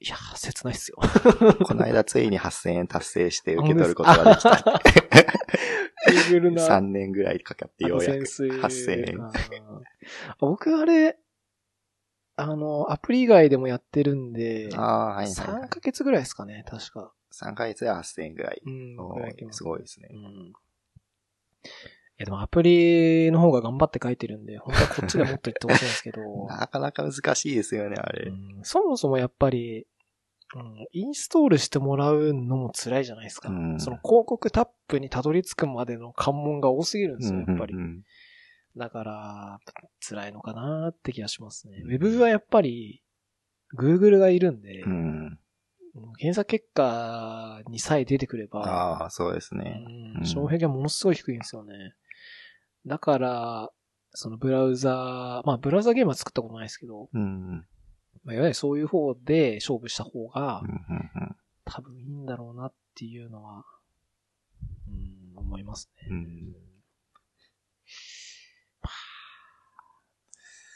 いやー、切ないっすよ。
この間ついに8000円達成して受け取ることができたって。
レベル
3年ぐらいかかってようやく。8000円
あー僕あれ、あの、アプリ以外でもやってるんで、
ああ、はいはい、は
3
い。
ヶ月ぐらいですかね、確か。
3ヶ月で8000円ぐらい。
うん、
お
ぐらい来
ー
ます
ごいですね
う。ん。いやでもアプリの方が頑張って書いてるんで、本当はこっちでもっと言ってほしいんですけど、
なかなか難しいですよね、あれ。
うんそもそもやっぱり、うん、インストールしてもらうのも辛いじゃないですか。
うん
その広告タップにたどり着くまでの関門が多すぎるんですよ、やっぱり。
うんうんうん
だから、辛いのかなって気がしますね。ウェブはやっぱり、Google がいるんで、
うん。
検索結果にさえ出てくれば、
ああ、そうですね。
うん
うん
障壁がものすごい低いんですよね。だから、そのブラウザー、まあブラウザーゲームは作ったことないですけど、
うん。うん
まあ、いわゆるそういう方で勝負した方が
うんうん
多分いいんだろうなっていうのは、うん、思いますね。
うん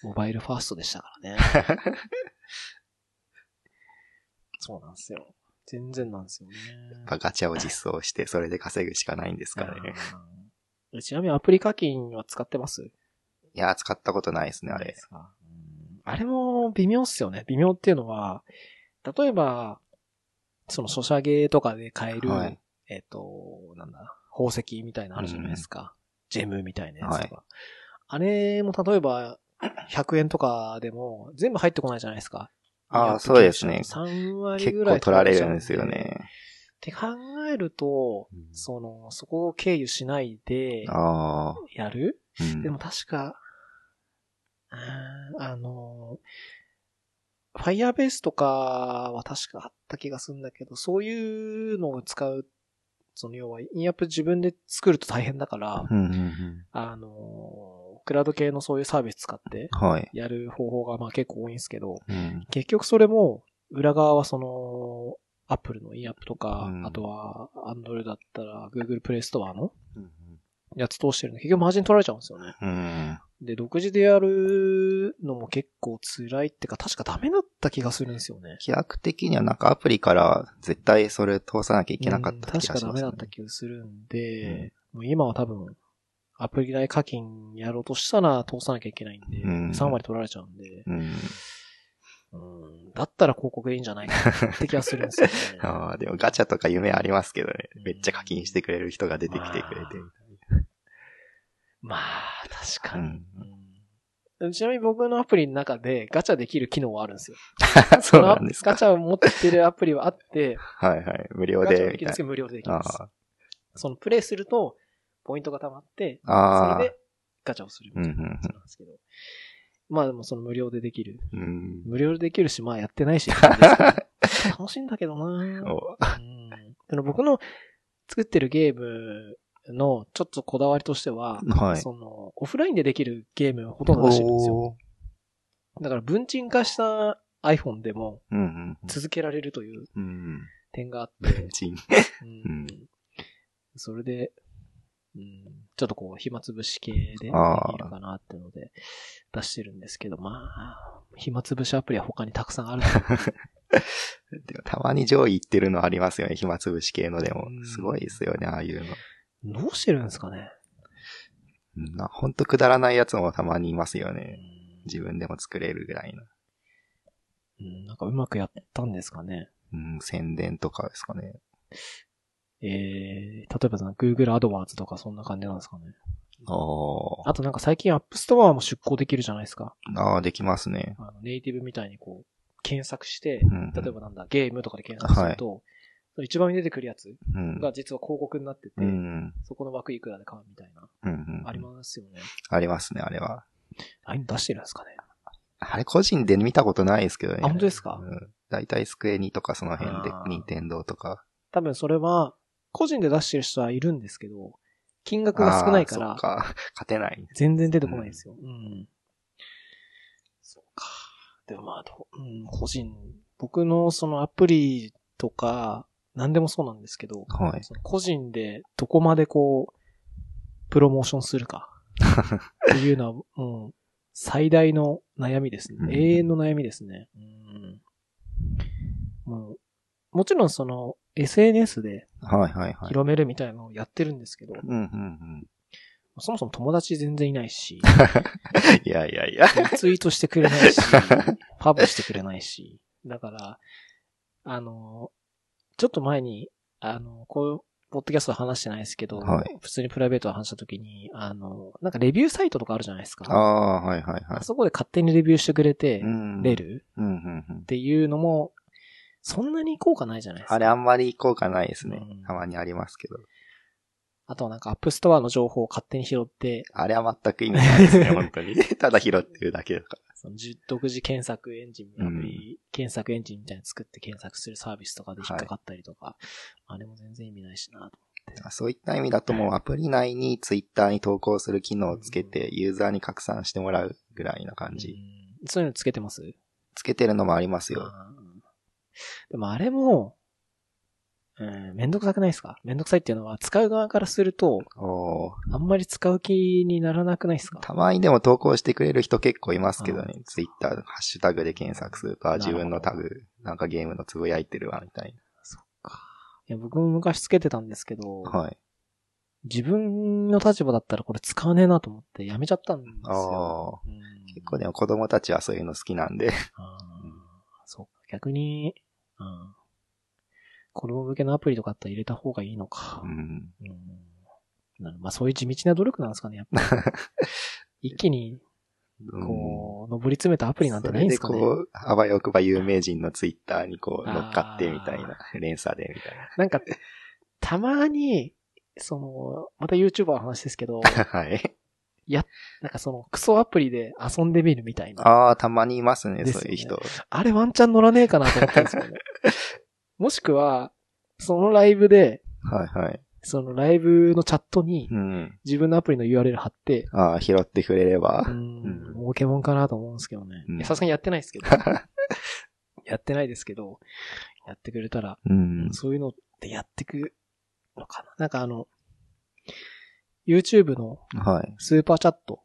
モバイルファーストでしたからね。そうなんですよ。全然なんですよね。
やっぱガチャを実装して、それで稼ぐしかないんですかね。
うんちなみにアプリ課金は使ってます
いやー、使ったことないですね、あれ
で。すかうんあれも微妙っすよね。微妙っていうのは、例えば、その、ソシャゲとかで買える、
はい
えっ、と、なんだ、宝石みたいなのあるじゃないですか。ジェムみたいなやつとか。あれも例えば、100円とかでも全部入ってこないじゃないですか。
あーそうですね
3割
結
ぐら
構
い
取られるんですよね。
って考えると、その、そこを経由しないで、
ああ。
やる
うん
でも確か、うーんあの、ファイヤーベースとかは確かあった気がするんだけど、そういうのを使う、その要は、インアップ自分で作ると大変だから、
うんうんうん
あの、クラウド系のそういうサービス使って
はい。
やる方法がまあ結構多いんですけど、
うん
結局それも、裏側はその、アップルのインアップとか、
うん
あとは、アンドロイドだったら、Google プレイストアの
うん
やつ通してるの、結局マージン取られちゃうんですよね。
うん。
で、独自でやるのも結構辛いってか、確かダメだった気がするんですよね。
規約的にはなんかアプリから絶対それ通さなきゃいけなかった
うん
気
確
が
か
し
ダ
ま
メ
す、
だ
ね
った気がするんで、もう今は多分、アプリ代課金やろうとしたら通さなきゃいけないんで、
うん
3割取られちゃうんで、
うん。。
うんだったら広告でいいんじゃないかなって気がするんですよね
ああ、でもガチャとか夢ありますけどね。めっちゃ課金してくれる人が出てきてくれて。
まあ、確か
う
に。
ん
うんちなみに僕のアプリの中でガチャできる機能はあるんですよ。
そうなんです
ガ
か。
チャを持ってるアプリはあって、
はいはい。無料
ガチャ
で
を、
み
引き
たい
付け無料ででき
な。
ます。
あ
そのプレイすると、ポイントが貯まって、
あ。あ
そ
あ
れ。でガチャをする
うん
み
う
たいなんやつなんですけど。まあでもその無料でできる。
うん。うん
無料でできるし、まあやってないし、いいん ですけど楽しいんだけど
お
なうんその僕の作ってるゲームのちょっとこだわりとしては、
はい。
その、オフラインでできるゲームほとんどらしいんですよ。
おー
だから文鎮化した iPhone でも
うんうん
続けられるという
うん。
点があって、
うん。チン。
うんそれで、うん、ちょっとこう、暇つぶし系でできる
あー
かなってので、出してるんですけど、まあ、暇つぶしアプリは他にたくさ んあるので
でもたまに上位行ってるのありますよね。暇つぶし系のでも
う。ん
すごいですよね、ああいうの。
どうしてるんですかね
うんなほんとくだらないやつもたまにいますよ
う
ね。
ん
自分でも作れるぐらいの。
うんなんかうまくやったんですかね
うん、宣伝とかですかね。
えー、例えばその Google AdWords とかそんな感じなんですかね
おー
あとなんか最近 App Store も出向できるじゃないですか。
ああ、できますね。
あのネイティブみたいにこう、検索して、
うん、
例えばなんだ、ゲームとかで検索すると、一番に出てくるやつ
うん、
が実は広告になってて、
うん、
そこの枠いくらで買うみたいな。
うん、うん。
ありますよね。
ありますね、あれは。
ああいうの出してるんですかね。
あれ個人で見たことないですけどね。
あ本当ですか
うん。だいたいスクエニとかその辺で
あ、ー
任天堂とか。
多分それは、個人で出してる人はいるんですけど、金額が少ないか
あーそ
ら
っ、か。勝てない。
全然出てこないんですよ。うん。そうか。でもまあ、どううん、個人、僕のそのアプリとか、何でもそうなんですけど、
はい。
その個人でどこ までこう、プロモーションするか、っていうのは、うん、最大の悩みですね。
うん
永遠の悩みですね。うんもうもちろんその SNS で
はいはいはい。
広めるみたいなのをやってるんですけど、
うんうんうん。
そもそも友達全然いないし、
いやいやいや。
ツイートしてくれないし、パブしてくれないし。だから、あの、ちょっと前に、あの、こういう、ポッドキャストは話してないですけど、
はい
普通にプライベートで話した時に、あの、なんかレビューサイトとかあるじゃないですか。
ああ、はいはいは
あそこで勝手にレビューしてくれて
い。う、ん。
れ。る
うんうんうん
っ。ていうのも、そんなに効果ないじゃないですか。
あれあんまり効果ないですね
うん。
たまにありますけど。
あとはなんかアップストアの情報を勝手に拾って、
あれは全く意味ないです ね、本当に。ただ拾ってるだけだか
そのじ独自検索エンジン、アプリ、検索エンジンみたいなの作って検索するサービスとかで引っかかったりとか、あれも全然意味ないしなと。
ら。そういった意味だともうアプリ内にツイッターに投稿する機能をつけてユーザーに拡散してもらうぐらいな感
う
じ。
んそういうのつけてます
つけてるのもありますよ。
あーでもあれも、うん、めんどくさくないですかめんどくさいっていうのは、使う側からすると、
おー
あんまり使う気にならなくないですか
たまにでも投稿してくれる人結構いますけどね
あ。
ツイッター、ハッシュタグで検索すると、あ
な
自
るほど
分のタグ、なんかゲームのつぶやいてるわ、みたい
そっか。いや、僕も昔つけてたんですけど、
な。はい。
自分の立場だったらこれ使わねえなと思ってやめちゃったんですよ。
ああ。
うん
結構でも子供たちはそういうの好きなんで。
あーそうか。逆に、うん。子供向けのアプリとかあったら入れた方がいいのか
う。ん。
うん。なるまあそういう地道な努力なんですかね、やっぱ。 一気に、
うん
こう、上り詰めたアプリなんてないんですかね
それでこう、あわよくば有名人のツイッターにこう
あー
乗っかってみたいな、連鎖でみたい
なんか、たまに、その、また YouTuber の話ですけど、
な。はい。
なんかその、クソアプリで遊んでみるみたいな。あ
ああ、たまにいますね、
です
そ
よ
ういう
ね
人。
れワンチャン乗らねえかなと思ったんです よね。もしくは、そのライブで、
はいはい。
そのライブのチャットに
うん。
自分のアプリの URL 貼って、
ああ、拾ってくれれば
う。ん、儲けもんかなと思うんですけどね
うん。
いやさすがにやってないですけど。 やってないですけど、やってくれたら、
うん。
そういうのってやってくのかな。なんかあの、YouTube の
はい。
スーパーチャット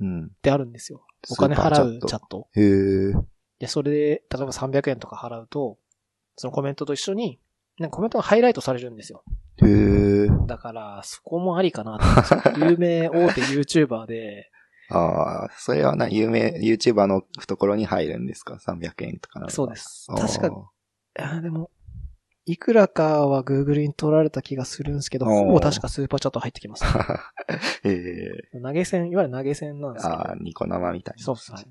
うん。
ってあるんですよ。お金払うチャ
ト。
ット。
へえ。
で、それで、例えば300円とか払うと、そのコメントと一緒に、なんかコメントがハイライトされるんですよ。
へえ。
だから、そこもありかなと思って 有名大手 YouTuber で、
ああ、それはな、有名、YouTuber の懐に入るんですか ?300 円とかなんか
そうです。
あー
確かあーでも、いくらかは Google に取られた気がするんですけど、
おー
ほぼ確かスーパーチャット入って きます、ね。
ええ。
投げ銭、いわゆる投げ銭なんですけど。
ああ、ニコ生みたいな。
そうですはい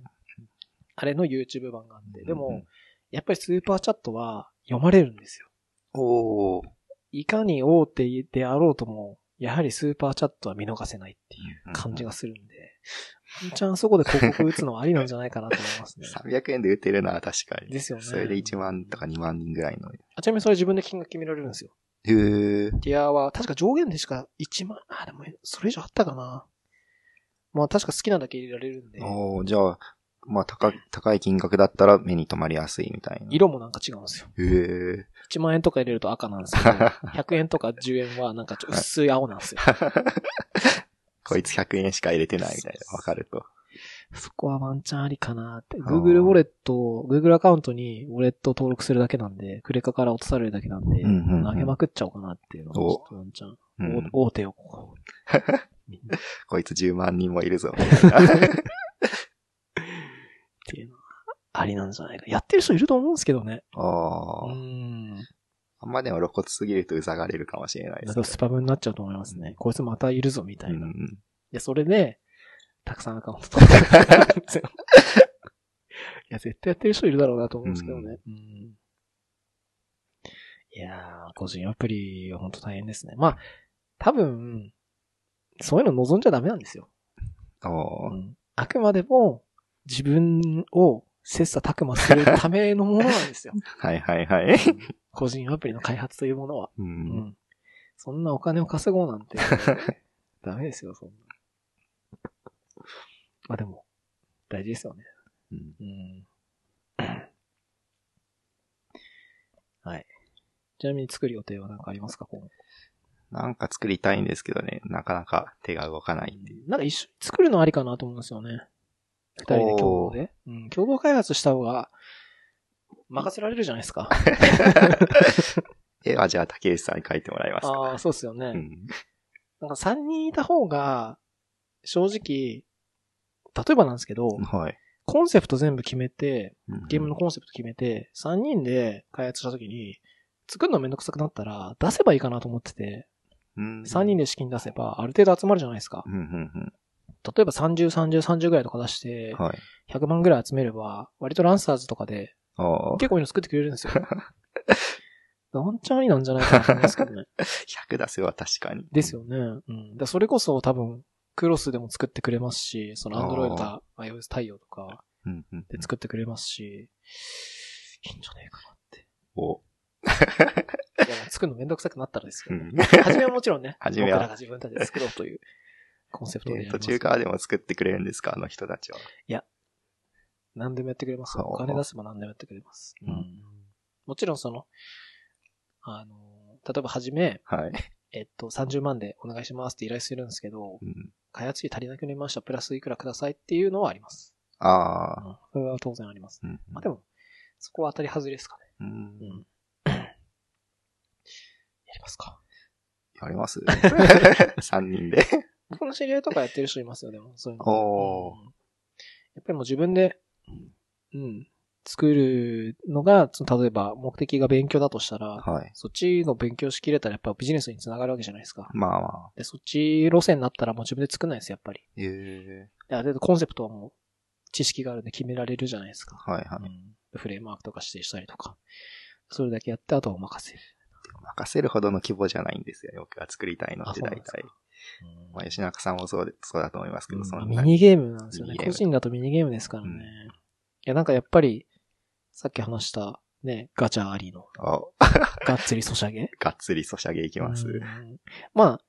あれの YouTube 版があって。でも、
うん
やっぱりスーパーチャットは読まれるんですよ。
おお。
いかに大手であろうとも、やはりスーパーチャットは見逃せないっていう感じがするんで、ワンチャンそこで広告打つのはありなんじゃないかなと思 いますね。
300円で打てるのは確かに。
ですよね
それで1万とか2万人ぐらいの。
あちなみにそれ自分で金額決められるんですよ。
へえ。
ティアは、確か上限でしか1万、あ、でも、それ以上あったかな。まあ確か好きなだけ入れられるんで、
おーじゃあ、まあ、高い、高い金額だったら目に留まりやすいみたいな。
色もなんか違うんですよ。
へえ。
1万円とか入れると赤なんですけ ど、100円とか10円はなんかちょっと薄い青なんですよ。
こいつ100円しか入れてないみたいな。わかると。
そこはワンチャンありかなって。
あー
Google ウォレット、Google アカウントにウォレットを登録するだけなんで、クレカから落とされるだけなんで、
うんうんうん
投げまくっちゃおうかなっていうのは、ち
お
ょっとワンチャン、
うん
お大手 をこう。みんなっ
こいつ10万人もいるぞ。みたいな
ていうのは、ありなんじゃないか。やってる人いると思うんですけどね。う
ああ。
ん。
あんまでも露骨すぎるとうざがれるかもしれないで
だ
すね
とスパムになっちゃうと思いますね。こいつまたいるぞ、みたいな。
うんうん
で、それで、たくさんアカウント 取って。いや、絶対やってる人いるだろうなと思うんですけどね。うんいやー、個人アプリは本当大変ですね。まあ、多分、そういうの望んじゃダメなんですよ。
おー
あくまでも、自分を切磋琢磨するためのものなん ですよ。
はいはい はい。
個人アプリの開発というものは。
う。
うんん。そんなお金を稼ごうなんて、 ダメですよ、そんな。まあでも、大事ですよね。
うん
うん。はい。ちなみに作る予定は何かありますか今後
なんか作りたいんですけどね、なかなか手が動かないっていう。
なんか一緒に作るのありかなと思うんですよね。二人で共同で。うん、共同開発した方が、任せられるじゃないですか。
絵はじゃあ竹内さんに書いてもらいますか。
ああ、そうですよね。
うん。
なんか三人いた方が、正直、例えばなんですけど、
はい。
コンセプト全部決めて、
うん
ゲームのコンセプト決めて、三人で開発した時に、作るのめんどくさくなったら、出せばいいかなと思ってて、
うん
三人で資金出せば、ある程度集まるじゃないですか。
うんうん
例えば30、30、30ぐらいとか出して
うん。、はい。
100万ぐらい集めれば、割とランサーズとかで、
ああ。
結構いいの作ってくれるんですよ。ワンチャンありなんじゃないかなと思いますけどね。
100出せば確かに。
ですよね。うん。だからそれこそ多分、クロスでも作ってくれますし、そのアンドロイドと iOS 対応とか
うんうん
で作ってくれますし、いいんじゃねえか
お
な。いや、もう作るのめんどくさくなったらですけ
う
ど ね。
ん
初めはもちろんね、
初
僕
めは
らが自分たちで作ろうというコンセプトでやり
え
ます
途中からでも作ってくれるんですかあの人たちは。
何でもやってくれますよ。
そう
お金出せば何でもやってくれます。
うん
もちろんその、あの、例えば初め、
はい。
えっと、30万でお願いしますって依頼するんですけど
う、ん、
開発費足りなくなりました、プラスいくらくださいっていうのはあります。
ああ。
うんそれは当然あります。
うん
まあでも、そこは当たり外れですかね。
うん
うん。やりますか。
やります ?3 人 で。
僕の知り合いとかやってる人いますよ、でも、そういうの。
おー
うんやっぱりもう自分で、うん、作るのが、その例えば目的が勉強だとしたら、
はい。
そっちの勉強しきれたらやっぱビジネスにつながるわけじゃないですか。
まあまあ。
で、そっち路線になったらもう自分で作んないです、やっぱり。
ええ
である程度コンセプトはもう知識があるんで決められるじゃないですか。
はいは
う
い。
んフレームワークとか指定したりとか。それだけやって、あとはお任せ。
任せるほどの規模じゃないんですよ。僕が作りたいのって
あそうな
大
んですか
体。まあ、吉中さんもそうで、そうだと思いますけど、そん
ミ
な
ニゲームなんですよね
ミニ。ゲー
個
ム
人だとミニゲームですからね。
うん
いや、なんかやっぱり、さっき話した、ね、ガチャありの、
あ、
がっつりソシャゲ。
がっつりソシャ ゲいきます。
うんまあ、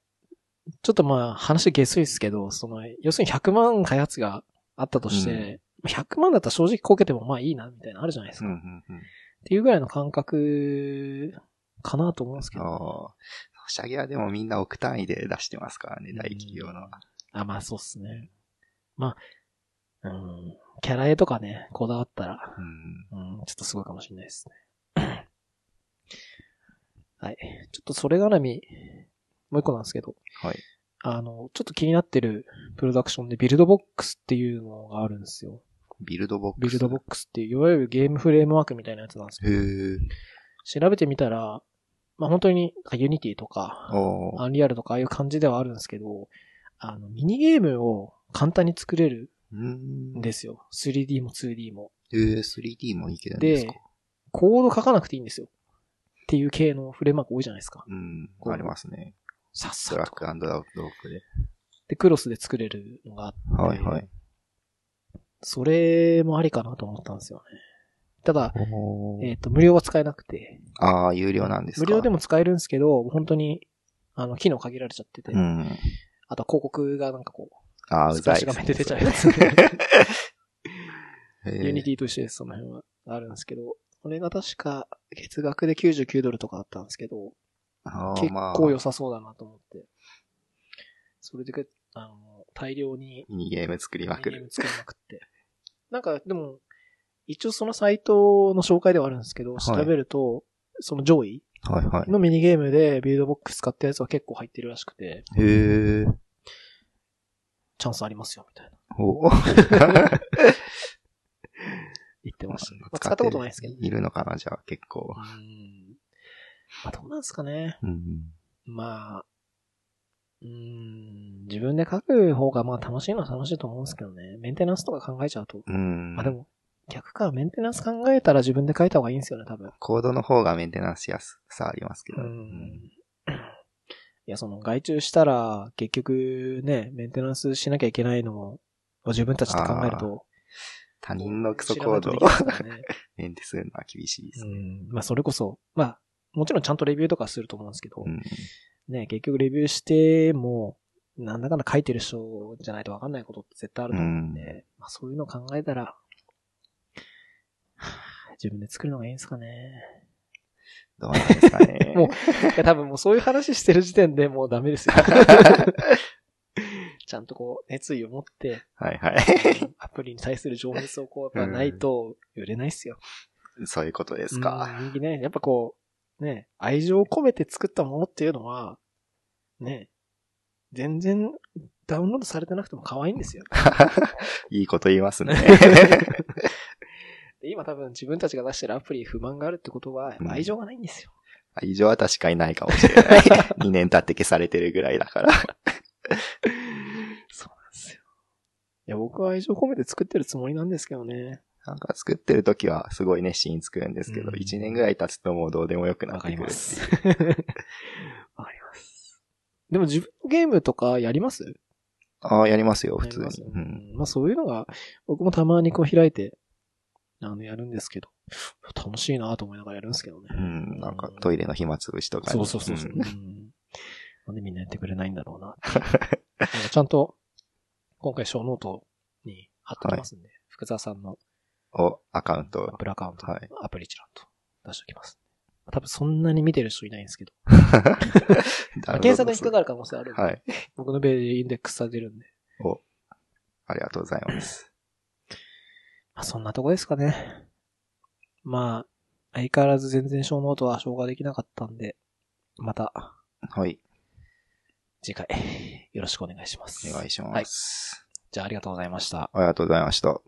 ちょっとまあ、話下水ですけど、その、要するに100万開発があったとして、100万だったら正直こけてもまあいいな、みたいなのあるじゃないです
う
か。
んう
っ
んうん。
ていうぐらいの感覚、かなと思うんですけど。
ああ。ソシャゲはでもみんな億単位で出してますからね、大企業のは。
あ、まあそうっすね。まあ、うん、キャラ絵とかね、こだわったら、
うん。
うん、ちょっとすごいかもしれないです ね。はい。ちょっとそれ絡み、もう一個なんですけど、
はい。
あの、ちょっと気になってるプロダクションでビルドボックスっていうのがあるんですよ。
ビルドボックス。
ビルドボッ
ク
クスっていう、いわゆるゲームフレームワークみたいなやつなんですけ
へえ。
ど、調べてみたら、まあ本当に、ユニティとか、
おー
アンリアルとかああいう感じではあるんですけど、あの、ミニゲームを簡単に作れる
うん
んですよ。3D も 2D も。
えー、3D もいけるんですか
でコード書かなくていいんですよ。っていう系のフレームワーク多いじゃないですか。
うん。
こう
ありますね。
さっ
ド
さ
ラ
と
ッ。グアンドドロップで。
で、クロスで作れるのがあって、
はいはい。
それもありかなと思ったんですよね。ただ、
お
えっ、と、無料は使えなくて、
ああ、有料なんです
無
か
料で
も。
も使えるんですけど、本当に、あの、機能限られちゃってて、
うん。
あとは広告がなんかこう、
ああ、う
スプ
ざ
ラ
い
ッシュ
で
画
す
面
ね。
で出ちゃいます、ね。
えー
ユニティと一緒です、その辺は。あるんですけど、これが確か、月額で99ドルとかだったんですけど、
あー
結
まあ
構良さそうだなと思って。それでけ、あの、大量に
ミニゲーム作りまく
ミニゲー
る。
ム作りまくって。なんか、でも、一応そのサイトの紹介ではあるんですけど、
い
調べると、その上位
はいは
のミニゲームでビルドボックス買ったやつは結構入ってるらしくて、
い。へえ。
チャンスありますよ、みたいな。
お
言ってましたね。まあ、
使
使
っ
ってた
る
ことないですけどね。
いるのかな、じゃあ結構
う。ん。まあ、どうなんですかね。
うん。
まあ、うん、自分で書く方がまあ楽しいのは楽しいと思うんですけどね。メンテナンスとか考えちゃうと、
うん
まあで。も、逆か、メンテナンス考えたら自分で書いた方がいいんですよね、多分。
コードの方がメンテナンスしやすさありますけど。うん
いや、その、外注したら、結局ね、メンテナンスしなきゃいけないのを自分たちで考えると。
他人のクソコードを
調べる とできますからね
メンテするのは厳しいです
う
ね。
ん。まあ、それこそ、まあ、もちろんちゃんとレビューとかすると思うんですけど、
うん。
ね、結局レビューしても、なんだかんだ書いてる人じゃないと分かんないことって絶対あると思うんで、まあ、そういうのを考えたら、はあ自分で作るのがいいんですかね。。
どうなんですかね
もういや、多分もうそういう話してる時点でもうダメですよ。ちゃんとこう、熱意を 持って、
はいは
アプリに対する情熱をこう、やっぱないと売れないっすよ。
い。そういうことですか。
うん。人気ね、やっぱこう、ね、愛情を込めて作ったものっていうのは、ね、全然ダウンロードされてなくても可愛い んですよ。
いいこと言い ますね。
で今多分自分たちが出してるアプリ不満があるってことは、
うん
愛情がないんですよ。
以上は確かにないかもしれ ない。2年経って消されてるぐらいだから。
そうなんですよ。いや、僕は愛情込めて作ってるつもりなんですけどね。
なんか作ってる時はすごい熱心に作るんですけど、
うん
1年ぐらい経つともうどうでもよくなってくる。。
わかります。でも自分のゲームとかやります
ああ、やりますよ、普通に。
なりますよね
うん。
まあそういうのが、僕もたまにこう開いて、あの、やるんですけど、楽しいなと思いながらやるんですけどね。
うん、なんかトイレの暇つぶしとかに
そうそうそうそう。
ん
うんなんでみんなやってくれないんだろうな って。なんかちゃんと、今回小ノートに貼っておきますんで、福沢さんの
お、アカウン
ア
ト
ッ。プルアカウントの
はい
アプリ一覧と出しておきます。多分そんなに見てる人いないんですけど、まあ検索に引っかかる可能性あるんで、
はい。
僕のページインデックスされてるんで、
ありがとうございます。
まあそんなとこですかね。まあ、相変わらず全然小ノートは消化できなかったんで、また
はい。
次回よろしくお願いします。
お願いします。
じゃあありがとうございました。
ありがとうございました。